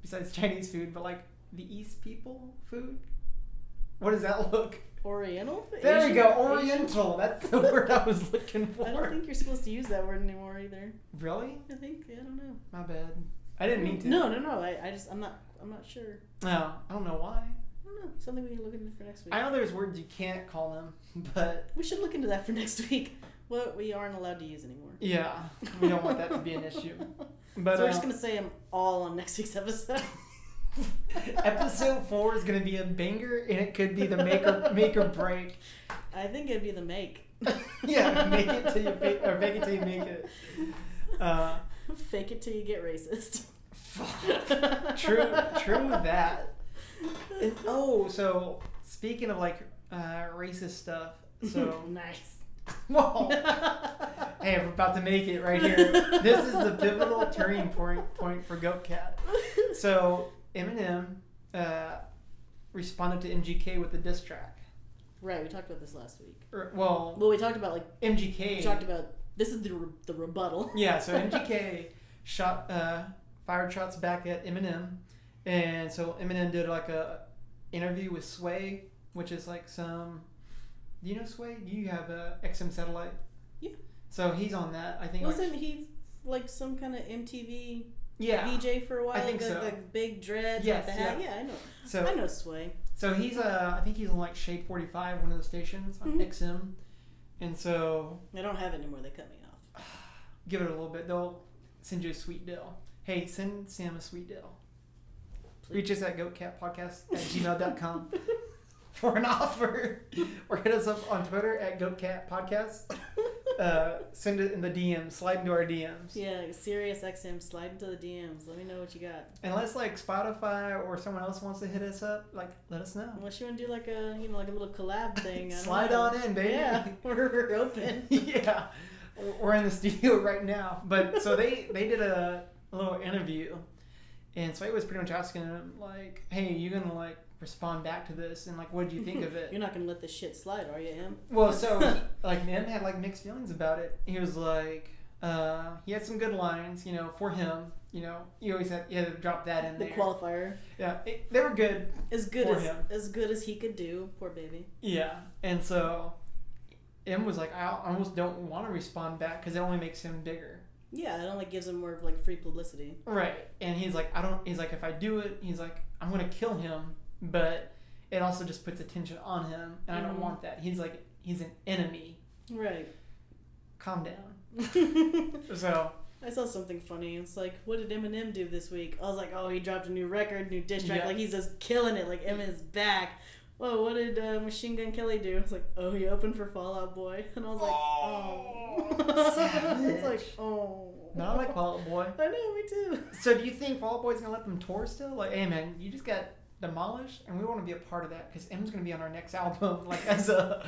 besides Chinese food, but like the East people food. What does that look? Oriental. There Asian- we go, Asian- Oriental. That's the word I was looking for. (laughs) I don't think you're supposed to use that word anymore either. Really? I think I don't know. My bad. I didn't mean to. No, no, no. I, I just I'm not I'm not sure. No, I don't know why. I don't know. Something we can look into for next week. I know there's words you can't call them, (laughs) but We should look into that for (laughs) next week. What we aren't allowed to use anymore. yeah, we don't want that to be an (laughs) issue. But so we're uh, just gonna say I'm all on next week's episode. (laughs) episode four is gonna be a banger, and it could be the make or make or break. (laughs) I think it'd be the make. (laughs) yeah, make it till you fake, or make it till you make it. Uh, Fake it till you get racist. true, true (laughs) that. And- oh, so speaking of like uh, racist stuff, so (laughs) nice. whoa, hey, we're about to make it right here. This is the pivotal turning point point for Goat Cat. So Eminem uh, responded to MGK with a diss track. Right, we talked about this last week. Or, well, Well, we talked about like MGK. we talked about this is the re- the rebuttal. Yeah, so MGK (laughs) shot uh, fired shots back at Eminem, and so Eminem did like a interview with Sway, which is like some. Do you know Sway? You have a XM satellite. Yeah. So he's on that. I think. like- Wasn't he like some kind of MTV yeah. VJ for a while? think the, so. the big dreads, Yes, with the hat. yeah. Yeah, I know. So I know Sway. So he's uh, I think he's on like Shade Forty Five, one of the stations on Mhm. XM, and so I don't have it anymore. They cut me off. give it a little bit. They'll send you a sweet deal. Hey, send Sam a sweet deal. Reach us at goatcatpodcast at gmail.com for an (laughs) offer, or hit us up on Twitter at goatcatpodcast. (laughs) Uh, send it in the DMs. Slide into our DMs. Yeah, Sirius XM, slide into the DMs. Let me know what you got. Unless like Spotify or someone else wants to hit us up, like let us know. Unless you want to do like a you know like a (laughs) little collab thing. I don't Slide know. on in, baby. Yeah, (laughs) we're (laughs) open. yeah, we're in the (laughs) studio right now. But so they they did a little interview, and so I was pretty much asking him like, "Hey, you gonna like respond back to this? And like, what do you think (laughs) of it?" You're not gonna let this shit slide, are you, Em? well, so like, Nim had like mixed feelings about it. He was like, uh, he had some good lines, you know, for him. You know, you always had you had to drop that in The there. qualifier, yeah, it- they were good. as good For as him. as good as he could do. Poor baby. Yeah, and so. M was like, I almost don't want to respond back because it only makes him bigger. Yeah, it only gives him more of like free publicity. Right. And he's like, I don't. He's like, if I do it, he's like, I'm gonna kill him. But it also just puts attention on him, and I don't Mhm. want that. He's like, he's an enemy. Right. (laughs) Calm down. So I saw something funny. It's like, what did Eminem do this week? I was like, oh, he dropped a new record, new diss track. Yeah. Like he's just killing it. Like M is back. Whoa, what did uh, Machine Gun Kelly do? It's like, oh, he opened for Fallout Boy, (laughs) and I was like, Oh, oh, (laughs) it's like, savage. oh, not (laughs) like Fall Out Boy. I know, me too. (laughs) So do you think Fall Out Boy's gonna let them tour still? Like, hey man, you just got demolished, and we want to be a part of that because M's gonna be on our next (laughs) album, like as a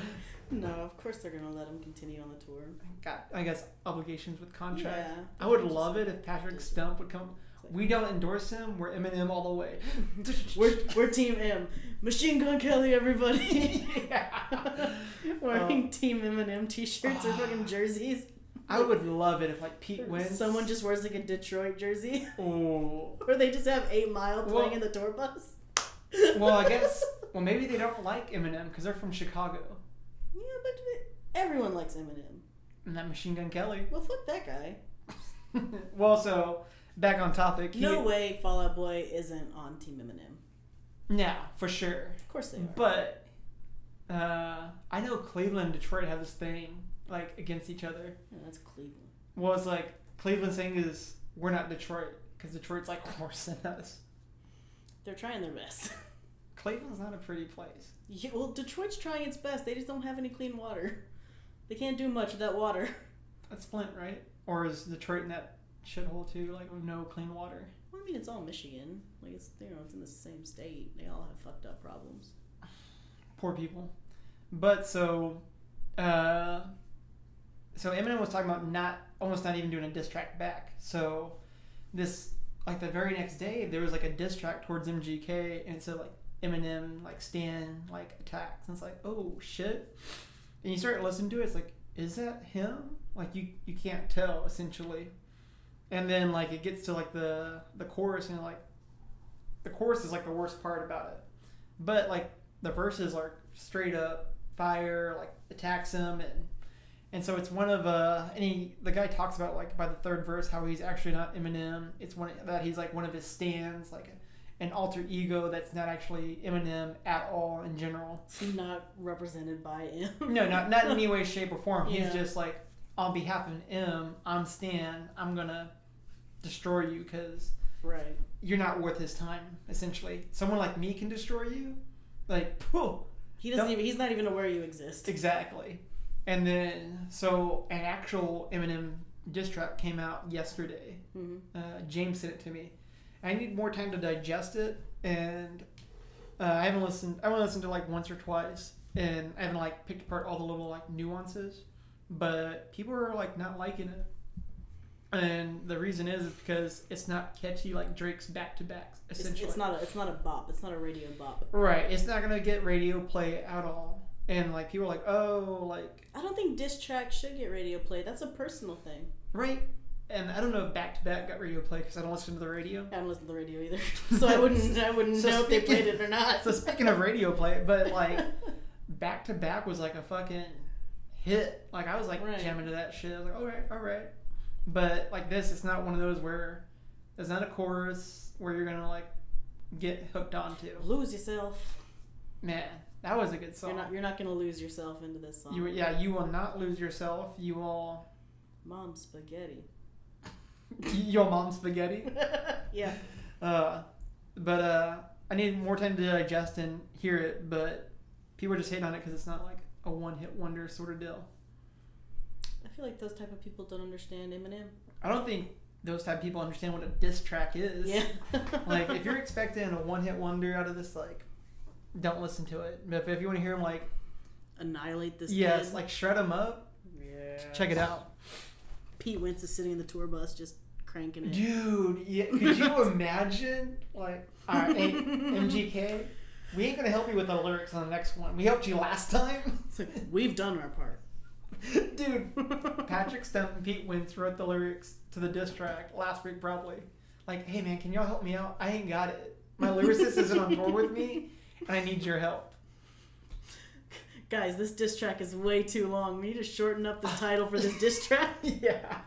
No, of course they're gonna let him continue on the tour. got I guess obligations with contract. Yeah, I would love it if Patrick Stump would come. We don't endorse him. We're Eminem all the (laughs) way. We're, we're Team M, Machine Gun Kelly, everybody. (laughs) yeah. Oh. Wearing Team Eminem t-shirts or Ah. (sighs) fucking jerseys. I would love it if like Pete wins. Someone just wears like a Detroit jersey, (laughs) Oh. or they just have Eight Mile playing Well- in the tour bus. (laughs) Well, I (laughs) guess. Well, maybe they don't like Eminem because they're from Chicago. Yeah, but everyone likes Eminem. And that Machine Gun Kelly. (laughs) Well, fuck that guy. well, so back on topic. he- No way, Fall Out Boy isn't on Team Eminem. No, for sure. Of course they are. But uh, I know Cleveland and Detroit have this thing like against each other. Yeah, that's Cleveland. Well, it's like Cleveland's thing is we're not Detroit because Detroit's like (laughs) worse than us. They're trying their best. (laughs) Cleveland's not a pretty place. Yeah, well, Detroit's trying its best. They just don't have any clean water. They can't do much without water. That's Flint, right? Or is Detroit in that shithole too? Like with no clean water. Well, I mean, it's all Michigan. Like it's you know, it's in the same state. They all have fucked up problems. poor people. But so, uh, so Eminem was talking about not almost not even doing a diss track back. So this like the very next day there was like a diss track towards MGK and so like Eminem like Stan like attacks and it's like oh shit, and you start listening to it it's like is that him like you you can't tell essentially, and then like it gets to like the the chorus and like the chorus is like the worst part about it, but like the verses are straight up fire, like attacks him, and and so it's one of uh, and he the guy talks about like by the third verse how he's actually not Eminem. It's one that he's like one of his stands, like an alter ego that's not actually Eminem at all in general. It's not represented by him. (laughs) No, not not in any way, shape, or form. Yeah. He's just like on behalf of M, I'm Stan. I'm gonna destroy you because right. you're not worth his time. Essentially, someone like me can destroy you. Like, phew. He doesn't Don't- even. He's not even aware you exist. Exactly. And then, so an actual Eminem diss track came out yesterday. hmm Uh, James sent it to me. I need more time to digest it, and uh, I haven't listened. I only listened to like once or twice, and I haven't like picked apart all the little like nuances. But people are like not liking it, and the reason is because it's not catchy like Drake's back to backs. It's, Essentially, it's not. A, it's not a bop. It's not a radio bop. right. It's not gonna get radio play at all, and like people are like, oh, like I don't think diss track should get radio play. That's a personal thing. Right. And I don't know if back to back got radio play because I don't listen to the radio. I don't listen to the radio either, (laughs) so I wouldn't. I wouldn't (laughs) So know if they speaking- played it or not. (laughs) So speaking of radio play, but like back to back was like a fucking hit. Like I was like Right. jamming to that shit. I was like, all right, all right. But like this, it's not one of those where there's not a chorus where you're gonna like get hooked onto. lose yourself. Man, that was a good You're song. not. You're not gonna lose yourself into this song. you will- yeah, you will not lose yourself. You will (laughs) Mom spaghetti. your mom's spaghetti. yeah. Uh, but uh, I need more time to digest and hear it. But people are just hating on it because it's not like a one-hit wonder sort of deal. I feel like those type of people don't understand Eminem. I don't think those type of people understand what a diss track is. Yeah. (laughs) like if you're expecting a one-hit wonder out of this, like don't listen to it. But if, if you want to hear them, like annihilate this. yes, kid. like shred them up, yeah. check it out, Pete Wentz is sitting in the tour bus just cranking it. dude. Yeah, could (laughs) you imagine? Like, all right, hey, MGK. We ain't gonna help you with the lyrics on the next one. We helped you last time. (laughs) It's like, We've done our part. Dude, (laughs) Patrick Stump and Pete Wentz wrote the lyrics to the diss track last week, probably. Like, hey man, can y'all help me out? I ain't got it. My lyricist isn't on board with me, and I need your help. (laughs) Guys, this diss track is way too long. We need to shorten up the title (laughs) for this diss track. Yeah,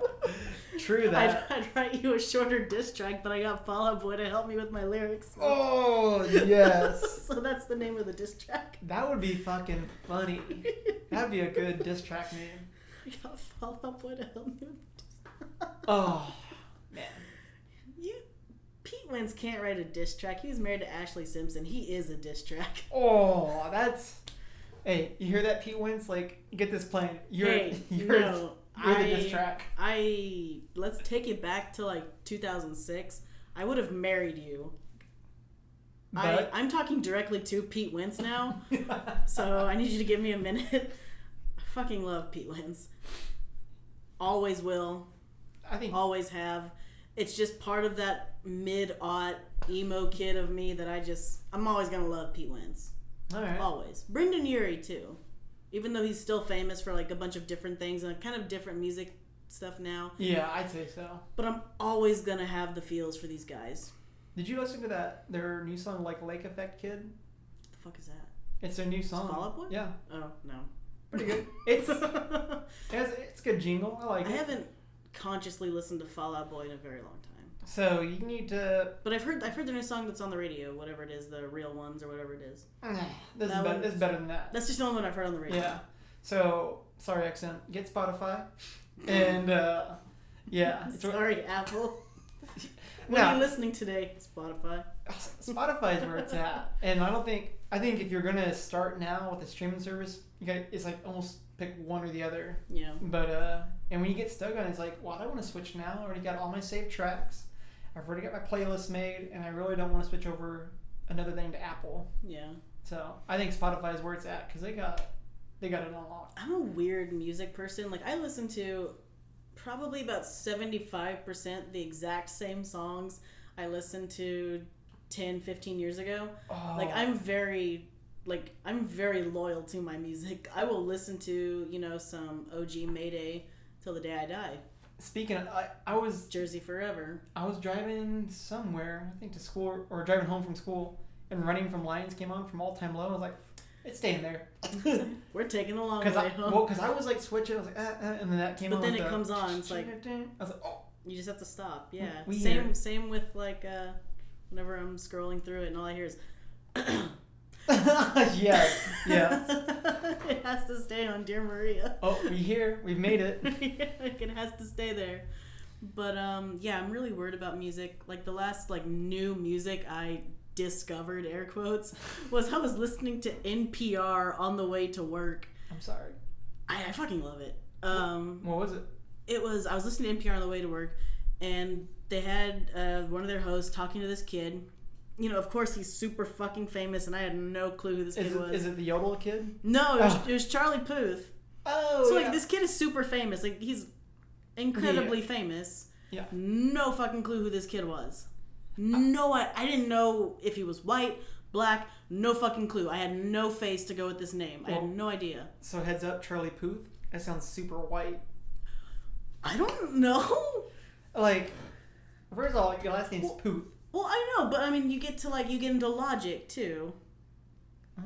true I'd, (laughs) that. I'd write you a shorter diss track, but I got Fall Out Boy to help me with my lyrics. (laughs) Oh yes, so that's the name of the diss track. that would be fucking funny. That'd be a good diss track name. I got Fall Out Boy to help me with Oh, You, Pete Wentz can't write a diss track. He was married to Ashley Simpson. He is a diss track. oh, that's. Hey, you hear that, Pete Wentz? Like, get this plane. You're hey, (laughs) you're, no, you're I, the diss track. I let's take it back to like 2006. I would have married you. But I, I'm talking directly to Pete Wentz now, so I need you to give me a minute. (laughs) I fucking love Pete Wentz. Always will. (laughs) I think always have. It's just part of that mid aught emo kid of me that I just I'm always gonna love Pete Wentz. all right. Always. Brendan Urie too. Even though he's still famous for like a bunch of different things and kind of different music stuff now, Yeah, I'd say so. but I'm always gonna have the feels for these guys. Did you listen to that their new song like Lake Effect Kid? What the fuck is that? It's their new song. Fall Out Boy? Yeah, Oh no, pretty good. (laughs) It's (laughs) it I has, it's a good jingle. I like it. haven't consciously listened to Fallout Boy in a very long time, So you need (sighs) to. but I've heard I've heard their new song that's on the radio, whatever it is, the real ones or whatever it is. This is That better. one- This is better than that. That's just the only one I've heard on the radio. Yeah. So sorry, accent. Get Spotify, and uh, (laughs) yeah, it's, (laughs) Sorry, (laughs) Apple. What are no, you listening today? Spotify. Spotify is where it's at. And I don't think I think if you're gonna start now with a streaming service, you got it's like almost pick one or the other. Yeah. But uh, and when you get stuck on it, it's like, well, I want to switch now. I already got all my saved tracks. I've already got my playlist made, and I really don't want to switch over another thing to Apple. Yeah. So I think Spotify is where it's at because they got they got it unlocked. I'm a weird music person. Like I listen to probably about 75% the exact same songs I listened to 10, 15 years ago. Oh, Like I'm very like I'm very loyal to my music. I will listen to, you know, some OG Mayday till the day I die. speaking. Of, I I was Jersey forever. I was driving somewhere, I think to school or driving home from school, and running from Lions came on from all time low. I was like, it's staying (laughs) there We're taking the long way because I home. well, 'cause I was like switching. I was like, uh, uh, and then that came But on. then with it the- comes on, (laughs) it's like- I was like, oh, You just have to stop. Yeah. Weird. Same same with like uh whenever I'm scrolling through it and all I hear is (laughs) "Oh." (laughs) yes, yes. (laughs) it has to stay on Dear Maria. Oh, we here. We've made (laughs) it. Like, it has to stay there. But um yeah, I'm really worried about music. Like the last like new music I discovered air quotes (laughs) was I was listening to NPR on the way to work. I'm sorry. I, I fucking love it. Um What was it? it was I was listening to NPR on the way to work, and they had uh, one of their hosts talking to this kid. You know, of course, he's super fucking famous, and I had no clue who this Is kid it, was. is it the Yodel kid? no, it was, Oh. it was Charlie Puth. Oh, so like, yeah. this kid is super famous. Like he's incredibly famous. Yeah. No fucking clue who this kid was. No, I, I didn't know if he was white, black. No fucking clue. I had no face to go with this name. I Well- had no idea. so heads up, Charlie Puth. That sounds super white. I don't know. (laughs) Like, first of all, your last name's Well- Puth. Well, I know, but I mean, you get to like you get into logic too.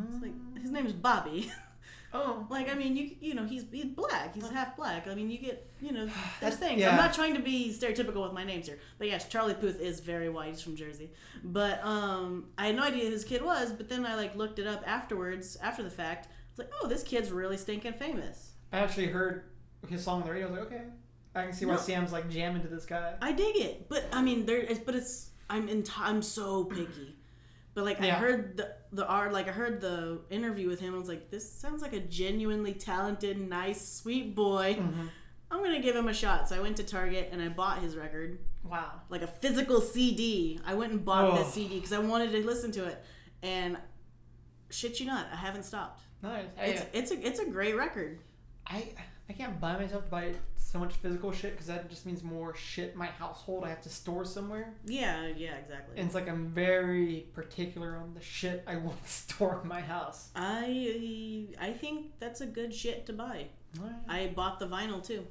It's like his name's Bobby. (laughs) oh, like I mean, you you know he's he's black. He's half black. I mean, you get (sighs) you know there's That's- things. yeah. I'm not trying to be stereotypical with my names here, but yes, Charlie Puth is very white. He's from Jersey, but um, I had no idea who this kid was. But then I like looked it up afterwards, after the fact. It's like, oh, this kid's really stinking famous. I actually heard his song on the radio. I was like, okay, I can see why No. Sam's like jamming to this guy. I dig it, but I mean, there is, but it's I'm in I'm so picky. But like I Yeah. heard the the art, like I heard the interview with him. I was like, this sounds like a genuinely talented, nice, sweet boy. Mm-hmm. I'm gonna give him a shot. So I went to Target and I bought his record, Wow. like a physical CD. I went and bought Oh. this CD because I wanted to listen to it, and shit you not, I haven't stopped. Nice. It's I, it's a it's a great record. I I can't buy myself to buy so much physical shit because that just means more shit in my household I have to store somewhere. Yeah, yeah, exactly. And it's like I'm very particular on the shit I (laughs) want to store in my house. I I think that's a good shit to buy. I bought the vinyl too.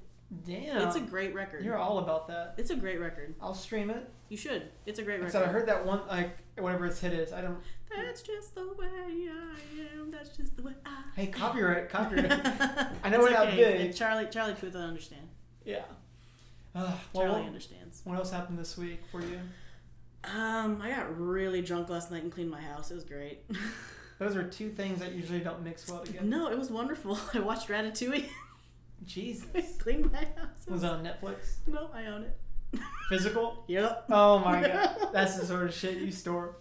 Damn. It's a great record. You're all about that. it's a great record. I'll stream it. You should. It's a great Except I record. heard that one like whatever its hit is. I don't. That's just the way I am. That's just the way I. (laughs) (laughs) Hey, copyright, copyright. I know It's we're not big. And Charlie Charlie Puth will understand. yeah. Uh, Charlie well, understands. what else happened this week for you? Um, I got really drunk last night and cleaned my house. It was great. (laughs) Those are two things that usually don't mix well together. no, it was wonderful. (laughs) I watched Ratatouille. (laughs) Jesus. I cleaned my house. It Was was- that on Netflix? no, I own it. Physical? (laughs) Yep. Oh my (laughs) god. That's the sort of shit you store.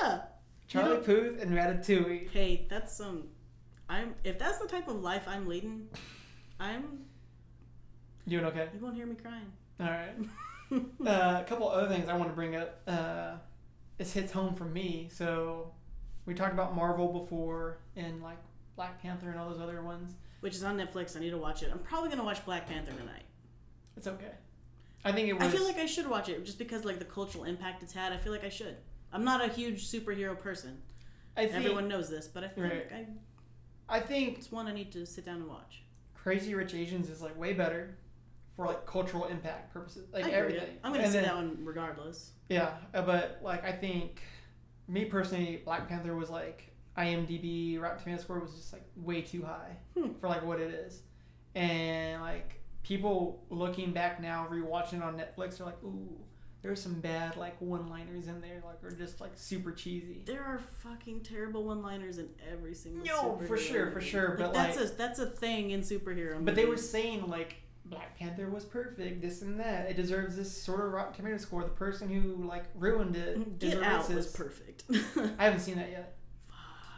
Yeah. Charlie Puth and Ratatouille. Hey, that's some. I'm if that's the type of life I'm leading, I'm. You Doing okay? You won't hear me crying. (laughs) Alright. Uh, a couple other things I want to bring up. Uh, this hits home for me. So, we talked about Marvel before and like Black Panther and all those other ones. Which is on Netflix. I need to watch it. I'm probably gonna watch Black Panther tonight. It's okay. I think it was. I feel like I should watch it just because like the cultural impact it's had. I feel like I should. I'm not a huge superhero person. I think, Everyone knows this, but I feel Right. like I, I think it's one I need to sit down and watch. Crazy Rich Asians is like way better for like cultural impact purposes, like I agree. everything. I'm gonna And see then- that one regardless. Yeah, uh, but like I think, me personally, Black Panther was like IMDb Rotten Tomato score was just like way too high Hmm. for like what it is, and like people looking back now rewatching it on Netflix are like, ooh, there's some bad like one-liners in there, like are just like super cheesy. There are fucking terrible one-liners in every single. No, for superhero sure, for movie. sure, but, that's a that's a thing in superhero. But they were movies. saying like Black Panther was perfect, this and that. It deserves this sort of Rotten Tomato score. The person who like ruined it is Get a Out racist. was perfect. (laughs) I haven't seen that yet.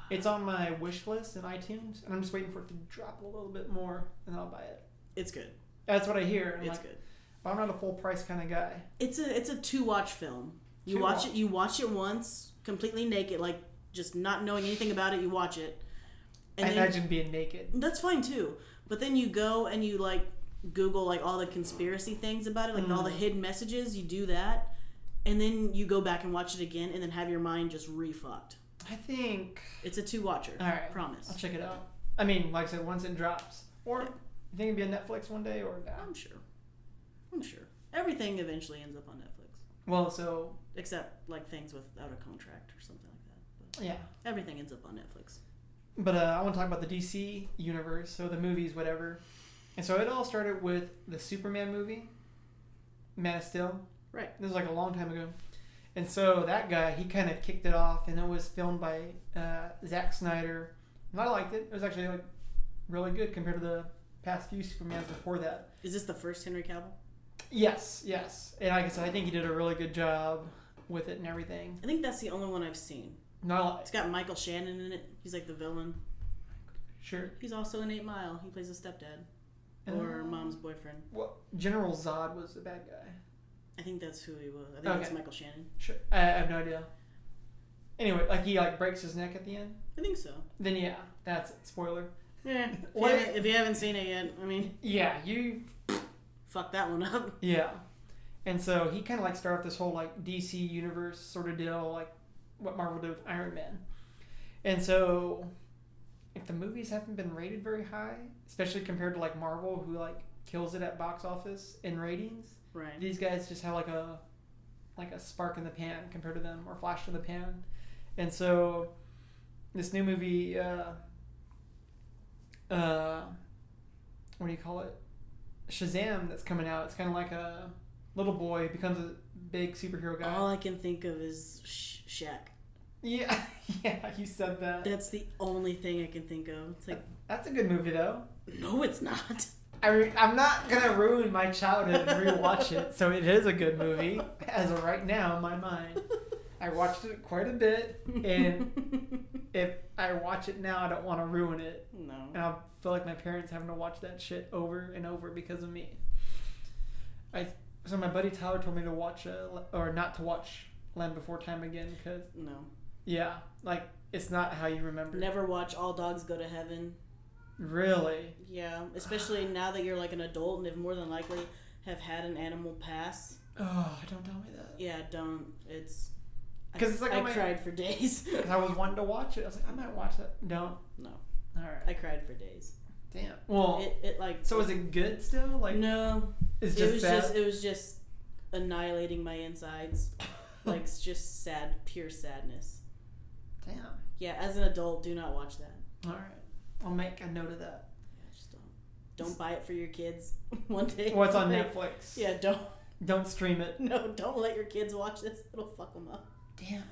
It's on my wish list in iTunes, and I'm just waiting for it to drop a little bit more, and then I'll buy it. it's good. That's what I hear. and I'm It's like, good. but I'm not a full price kind of guy. It's a it's a two-watch film. You Two watch watch. it. You watch it once, completely naked, like just not knowing anything about it. You watch it, and I then imagine being naked. That's fine too. But then you go and you like Google like all the conspiracy things about it, like all the Mm. hidden messages. You do that, and then you go back and watch it again, and then have your mind just refucked. I think It's a two watcher. All right. I'll promise. check it out. I mean, like I said, once it drops, or you think it'd be on Netflix one day, or I'm not? sure. I'm sure. Everything eventually ends up on Netflix, Well, so except like things without a contract or something like that. yeah. But everything ends up on Netflix. But uh, I want to talk about the DC universe, so the movies, whatever. And so it all started with the Superman movie, Man of Steel. Right. This was like a long time ago. And so that guy, he kind of kicked it off, and it was filmed by uh, Zack Snyder. And I liked it. It was actually like really good compared to the past few Supermans before that. Is this the first Henry Cavill? Yes, yes. And like I said, I think he did a really good job with it and everything. I think that's the only one I've seen. Not It's got Michael Shannon in it. He's like the villain. sure. He's also in Eight Mile. He plays a stepdad or mom's boyfriend. Well, General Zod was the bad guy. I think that's who he was. I think Okay. that's Michael Shannon. Sure. I I have no idea. Anyway, like he like breaks his neck at the end. I think so. Then yeah, that's it. Spoiler. Yeah. If, you What- haven't, if you haven't seen it yet, I mean, Yeah, you. fuck that one up. (laughs) Yeah, and so he kind of like started this whole like DC universe sort of deal, like what Marvel did with Iron Man. And so, if the movies haven't been rated very high, especially compared to like Marvel, who like kills it at box office in ratings, Right. these guys just have like a like a spark in the pan compared to them or flash in the pan and so this new movie uh uh what do you call it shazam that's coming out it's kind of like a little boy becomes a big superhero guy All I can think of is Sh- Shaq. (laughs) yeah (laughs) yeah you said that That's the only thing I can think of. It's like, that's a good movie though no, it's not. I re- i'm not gonna ruin my childhood and rewatch it so it is a good movie as of right now in my mind i watched it quite a bit And- if I watch it now, I don't want to ruin it, no. and I feel like my parents having to watch that shit over and over because of me. I so my buddy Tyler told me to watch uh, or not to watch Land Before Time again because No. yeah, like it's not how you remember. it. Never watch All Dogs Go to Heaven. Really? Yeah. (sighs) Especially now that you're like an adult and have more than likely have had an animal pass. Oh, don't tell me that. Yeah, don't. It's. 'Cause it's like I, on my- I cried for days. (laughs) 'Cause I was wanting to watch it. I was like, I might watch that. Don't. (laughs) No. All right. I cried for days. Damn. Well, It, it like Oh. so is it good still? Like no, it's it just was that. just it was just annihilating my (laughs) insides, like it's just sad, pure sadness. Damn. Yeah, as an adult, do not watch that. All right. I'll make a note of that. Yeah, just don't. Don't buy it for your kids (laughs) one day. What's on (laughs) Like, Netflix? Yeah, don't (laughs) Don't stream it. no, don't let your kids watch this. It'll fuck them up. Damn.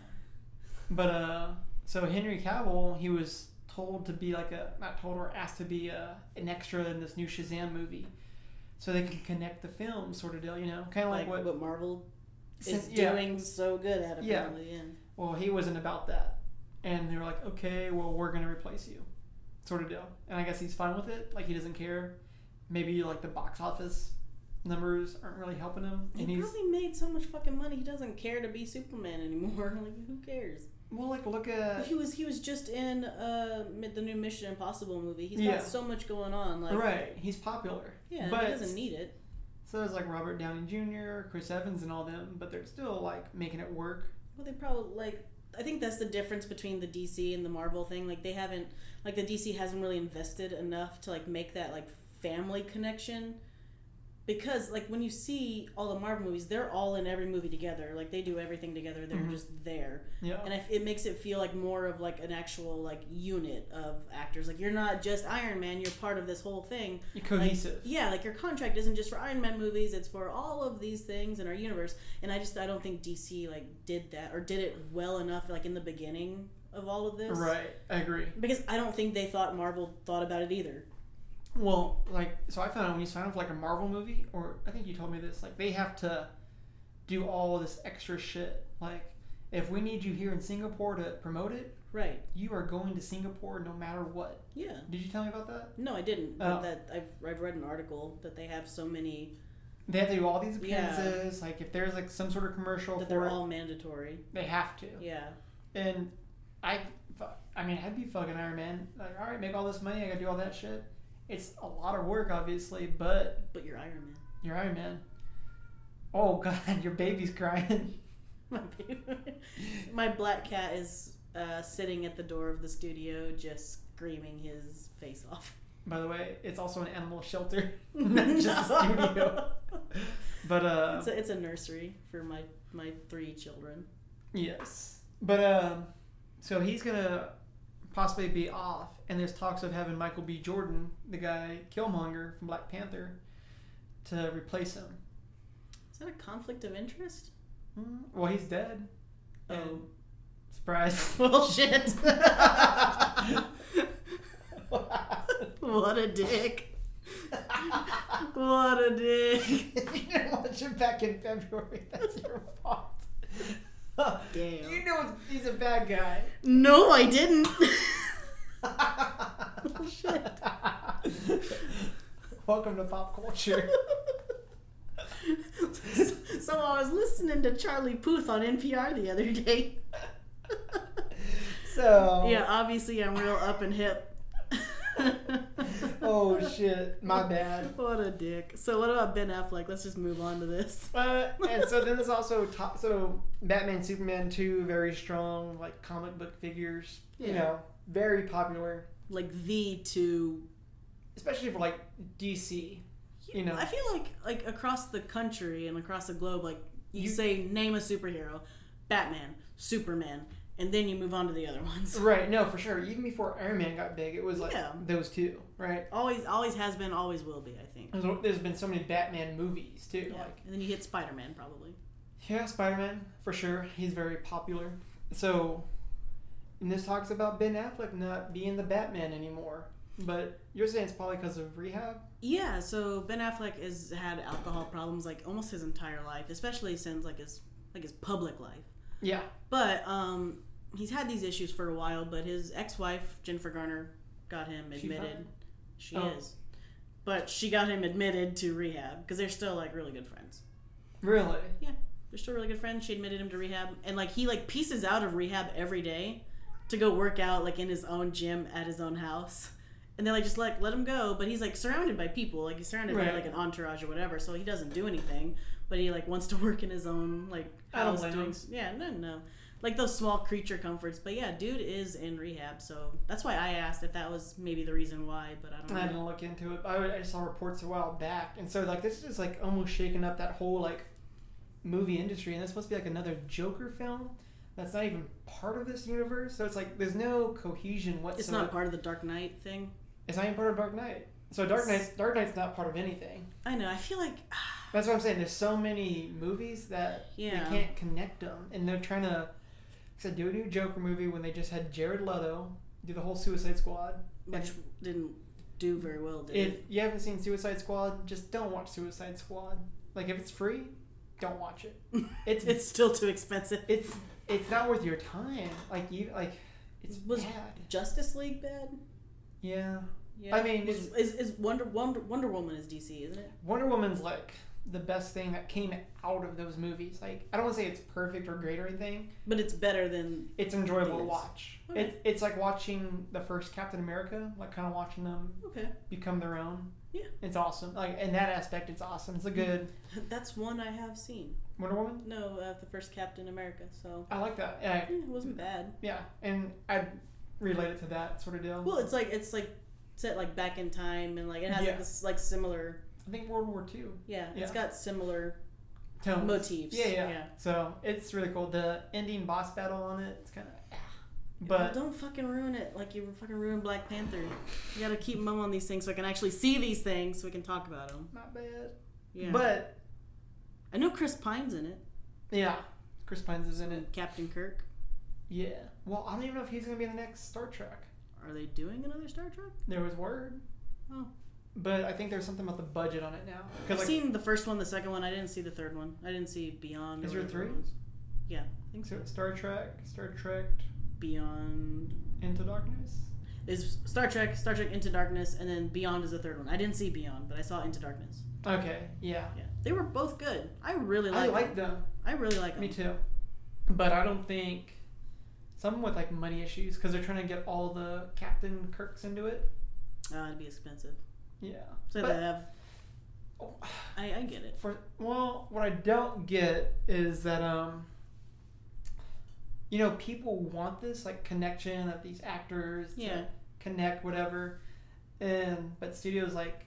But uh, so Henry Cavill, he was told to be like a not told or asked to be uh, an extra in this new Shazam movie, so they can connect the film sort of deal. You know, kind of like, what. Like, what, Marvel since- is yeah. doing so good at Yeah. apparently. Yeah. Well, he wasn't about that, and they were like, okay, well, we're gonna replace you, sort of deal. And I guess he's fine with it. Like he doesn't care. Maybe like the box office numbers aren't really helping him, and He he's probably made so much fucking money. He doesn't care to be Superman anymore. (laughs) Like who cares? well, like look Well, at He was he was just in uh mi- the new Mission Impossible movie. He's Yeah. got so much going on. Like right, he's popular. yeah, but he doesn't need it. So there's like Robert Downey Jr., Chris Evans, and all them, but they're still like making it work. Well, they probably like. I think that's the difference between the DC and the Marvel thing. Like they haven't like the DC hasn't really invested enough to like make that like family connection. because like when you see all the Marvel movies, they're all in every movie together. Like they do everything together. They're Mhm. just there, Yeah. and if, it makes it feel like more of like an actual like unit of actors. Like you're not just Iron Man. You're part of this whole thing. You're Like, cohesive. yeah, like your contract isn't just for Iron Man movies, it's for all of these things in our universe. And I just I don't think DC like did that or did it well enough like in the beginning of all of this. right. I agree. Because I don't think they thought Marvel thought about it either. Well, like, so I found when you sign up for like a Marvel movie, or I think you told me this, like, they have to do all this extra shit. Like, if we need you here in Singapore to promote it, Right. you are going to Singapore no matter what. Yeah. Did you tell me about that? No, I didn't. Oh. But that I've, I've read an article that they have so many They have to do all these Yeah. appearances. Like, if there's like some sort of commercial that for they're it, all mandatory. they have to. Yeah. And I, I mean, I'd be fucking Iron Man. Like, all right, make all this money. I gotta do all that shit. It's a lot of work, obviously, but But you're Iron Man. you're Iron Man. Oh (laughs) god, your baby's crying. (laughs) My, baby. My black cat is uh, sitting at the door of the studio just screaming his face off. (laughs) By the way, it's also an animal shelter, (laughs) not (laughs) just a studio. But uh, (laughs) It's a, it's a nursery for my my three children. yes. But um, so he's gonna possibly be off, and there's talks of having Michael B. Jordan, the guy Killmonger from Black Panther, to replace him. Is that a conflict of interest? Hmm, Well, he's dead. Oh. (laughs) And- surprise! (laughs) Bullshit. (laughs) what a dick. What a dick. You're watching back in February. (laughs) That's your fault. Damn. You know he's a bad guy. No, I didn't. (laughs) Oh, (laughs) Welcome to pop (laughs) culture. so I was listening to Charlie Puth on NPR the other day. (laughs) So Yeah, obviously I'm real up and hip. Oh shit, my bad. (laughs) What a dick. So what about Ben Affleck? Let's just move on to this. Uh, and so then there's also top, so Batman, Superman, two very strong like comic book figures. You Yeah. know, very popular, Like the two especially for like DC. You know, I feel like like across the country and across the globe, like you, You- say name a superhero, Batman, Superman, and then you move on to the other ones. right? No, for sure. Even before Iron Man got big, it was like Yeah. those two, right? Always, always has been, always will be. I think. There's, there's been so many Batman movies too. Yeah. Like And then you hit Spider Man probably. Yeah, Spider Man, for sure. He's very popular. So, and this talks about Ben Affleck not being the Batman anymore. But you're saying it's probably because of rehab? Yeah. So Ben Affleck has had alcohol problems like almost his entire life, especially since like his like his public life. Yeah. But um, he's had these issues for a while. But his ex-wife Jennifer Garner got him She admitted. fine? She, Oh. is, but she got him admitted to rehab because they're still like really good friends. Really? They're still really good friends. She admitted him to rehab, and like he like pieces out of rehab every day to go work out like in his own gym at his own house. And they like just like let him go, but he's like surrounded by people, like he's surrounded by Right. like an entourage or whatever, so he doesn't do anything. But he like wants to (laughs) work in his own like I don't house blame doing him. yeah no no like those small creature comforts. But yeah, dude is in rehab, so that's why I asked if that was maybe the reason why. But I don't know. I didn't look into it. I, I just saw reports a while back. And so, like, this is, like, almost shaking up that whole, like, movie industry. And this must be, like, another Joker film that's not even part of this universe. So it's like, there's no cohesion whatsoever. it's not part of the Dark Knight thing. It's not even part of Dark Knight. So Dark Knight's, Dark Knight's not part of anything. I know. I feel like (sighs) That's what I'm saying. There's so many movies that Yeah. they can't connect them, and they're trying to so do a new Joker movie when they just had Jared Leto do the whole Suicide Squad. which didn't do very well. Did If it? you haven't seen Suicide Squad, just don't watch Suicide Squad. Like if it's free, don't watch it. It's it's (laughs) It's still too expensive. it's, not worth your time. Like you like it's Was- bad. Justice League bad. Yeah. Yeah. I mean, is, is, is Wonder, Wonder Wonder Woman is DC, isn't it? Wonder Woman's like the best thing that came out of those movies. Like I don't want to say it's perfect or great or anything. But it's better than it's enjoyable to Yes. watch. Okay. It, it's like watching the first Captain America, like kind of watching them okay. become their own. Yeah. Mm-hmm. It's awesome. Like in that aspect, it's awesome. It's a good (laughs) That's one I have seen. Wonder Woman. No, uh, the first Captain America. So I like that. Yeah, yeah, it wasn't bad. yeah. and I relate it to that sort of deal. Well, it's like it's like set like back in time and like it has Yeah. like, this like similar I think World War II. Yeah, it's Yeah. got similar Tones. motifs. Yeah, yeah, So it's really cool. The ending boss battle on it, it's kind of. Well, But don't fucking ruin it like you fucking ruined Black Panther. You gotta keep mum on these things so I can actually see these things so we can talk about them. not bad. Yeah. But I know Chris Pine's in it. yeah, Chris Pines is in it. Captain Kirk. Yeah. Well, I don't even know if he's gonna be in the next Star Trek. Are they doing another Star Trek? There was word. Oh. But I think there's something about the budget on it now. I've Because like, seen the first one, the second one. I didn't see the third one. I didn't see Beyond. or Is there whatever it three? was. Yeah, I think so. Star Trek, Star Trek Beyond Into Darkness. is Star Trek, Star Trek Into Darkness, and then Beyond is the third one. I didn't see Beyond, but I saw Into Darkness. Okay. Yeah. Yeah, they were both good. I really like. I 'em. like them. I really like them. Me too. But I don't think some with like money issues because they're trying to get all the Captain Kirks into it. Uh, it'd be expensive. Yeah. So But- oh, they have. I, I get it. For well, what I don't get is that um you know, people want this like connection of these actors to Yeah. connect whatever. And but studios like,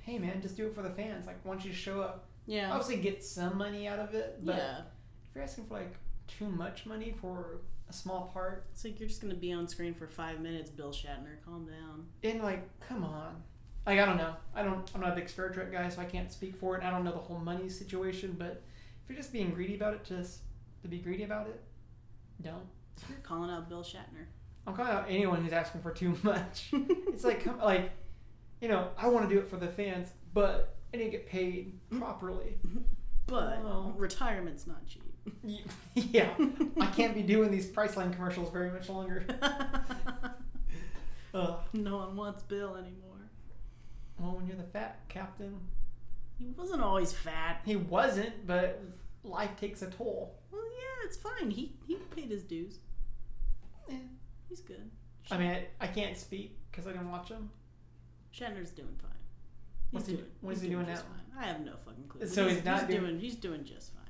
hey man, just do it for the fans. Like once you show up, Yeah. obviously get some money out of it, but yeah. if you're asking for like too much money for a small part, It's like you're just gonna be on screen for five minutes, Bill Shatner. Calm down. and like come on. Like I don't know. I don't I'm not a big Star Trek guy, so I can't speak for it. I don't know the whole money situation, but if you're just being greedy about it, just to be greedy about it, don't. You're calling out Bill Shatner. I'm calling out anyone who's asking for too (laughs) much. (laughs) it's like come like you know, I want to do it for the fans, but I need to get paid properly. (laughs) But Oh. retirement's not cheap. Y- yeah. (laughs) I can't be doing these Priceline commercials very much longer. (laughs) Ugh. (laughs) no one wants Bill anymore. Well, when you're the fat captain, He wasn't always fat. he wasn't, but life takes a toll. Well, yeah, it's fine. He he paid his dues. Yeah. He's good. I mean, I, I can't speak because I didn't watch him. Shatner's doing fine. He's What's he- doing, what is he's he doing just now? Fine. I have no fucking clue. So But he's not doing- doing. He's doing just fine.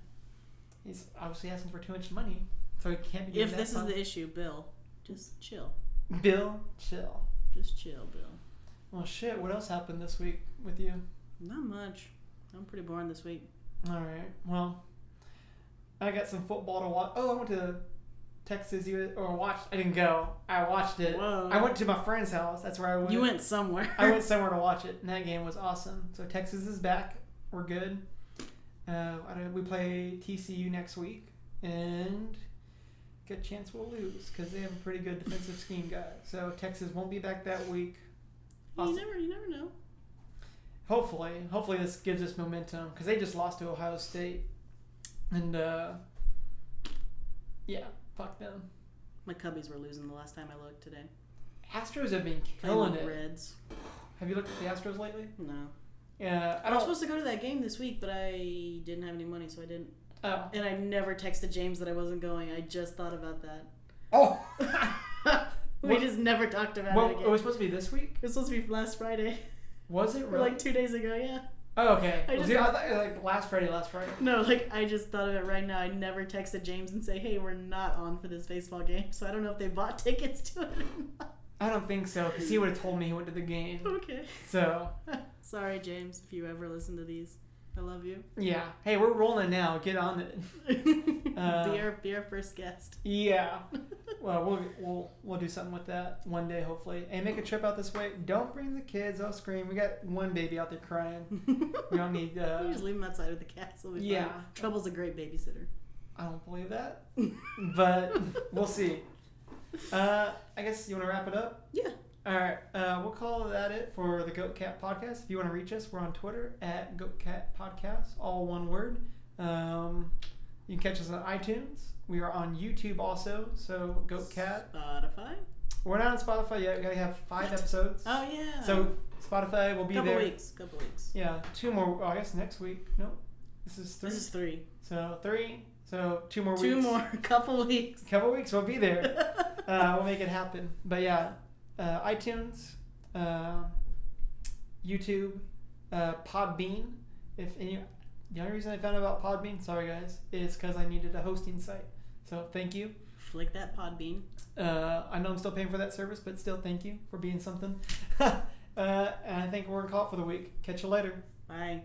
He's obviously asking for too much money, so he can't be. Doing if that this is fun. the issue, Bill, just chill. Bill, chill. Just chill, Bill. Well, shit. What else happened this week with you? Not much. I'm pretty boring this week. All right. Well, I got some football to watch. Oh, I went to Texas U or watched. I didn't go. I watched it. Whoa. I went to my friend's house. That's where I went. You went somewhere. I went somewhere to watch it, and that game was awesome. So Texas is back. We're good. Uh, I don't, we play TCU next week, and good chance we'll lose because they have a pretty good defensive scheme guy. So Texas won't be back that week. (laughs) You Awesome. never, you never know. Hopefully, hopefully this gives us momentum because they just lost to Ohio State, and uh, yeah, fuck them. My cubbies were losing the last time I looked today. Astros have been Playing killing the it. Reds. Have you looked at the Astros lately? No. Yeah, I I was don't. supposed to go to that game this week, but I didn't have any money, so I didn't. Oh, And I never texted James that I wasn't going. I just thought (laughs) about that. (laughs) oh. We What- just never talked about Well, it again. it was supposed to be this week. It was supposed to be last Friday, (laughs) Was it or really? like two days ago. Yeah. oh, okay. I I, was just- it, I thought it was like last Friday, last Friday. No, like I just thought of it right now. I never texted James and say, "Hey, we're not on for this baseball game," so I don't know if they bought (laughs) tickets to it. Or not. (laughs) I don't think so because he would have told me he went to the game. Okay. So Sorry, James, if you ever listen to these, I (laughs) love you. yeah. Hey, we're rolling now. Get on it. Uh, be our be our first guest. (laughs) Yeah. Well, we'll we'll we'll do something with that one day, hopefully. And make a trip out this way. Don't bring the kids. I'll scream. We got one baby out there crying. We don't need. Uh, you just leave him outside with the cats. It'll be fine. Yeah. Trouble's a great babysitter. I don't believe that, but we'll see. Uh, I guess you want to wrap it up? Yeah. All right. Uh, we'll call that it for the Goat Cat Podcast. If you want to reach us, we're on Twitter at Goat Cat Podcast, all one word. Um, you can catch us on iTunes. We are on YouTube also, so Goat Cat. Spotify. We're not on Spotify yet. We gotta have five episodes. Oh yeah. So Spotify will be couple there. weeks. Couple weeks. Yeah, two more. oh, I guess next week. Nope. This is three. This is three. so three. So two more Two weeks. more. (laughs) Couple weeks. couple weeks we'll be there uh, we'll make it happen but yeah uh, itunes uh, youtube uh, podbean if any the only reason i found about podbean sorry guys is because i needed a hosting site so thank you Flick that pod bean. uh, i know i'm still paying for that service (laughs) but still thank you for being something uh, and i think we're gonna call it for the week catch you later Bye.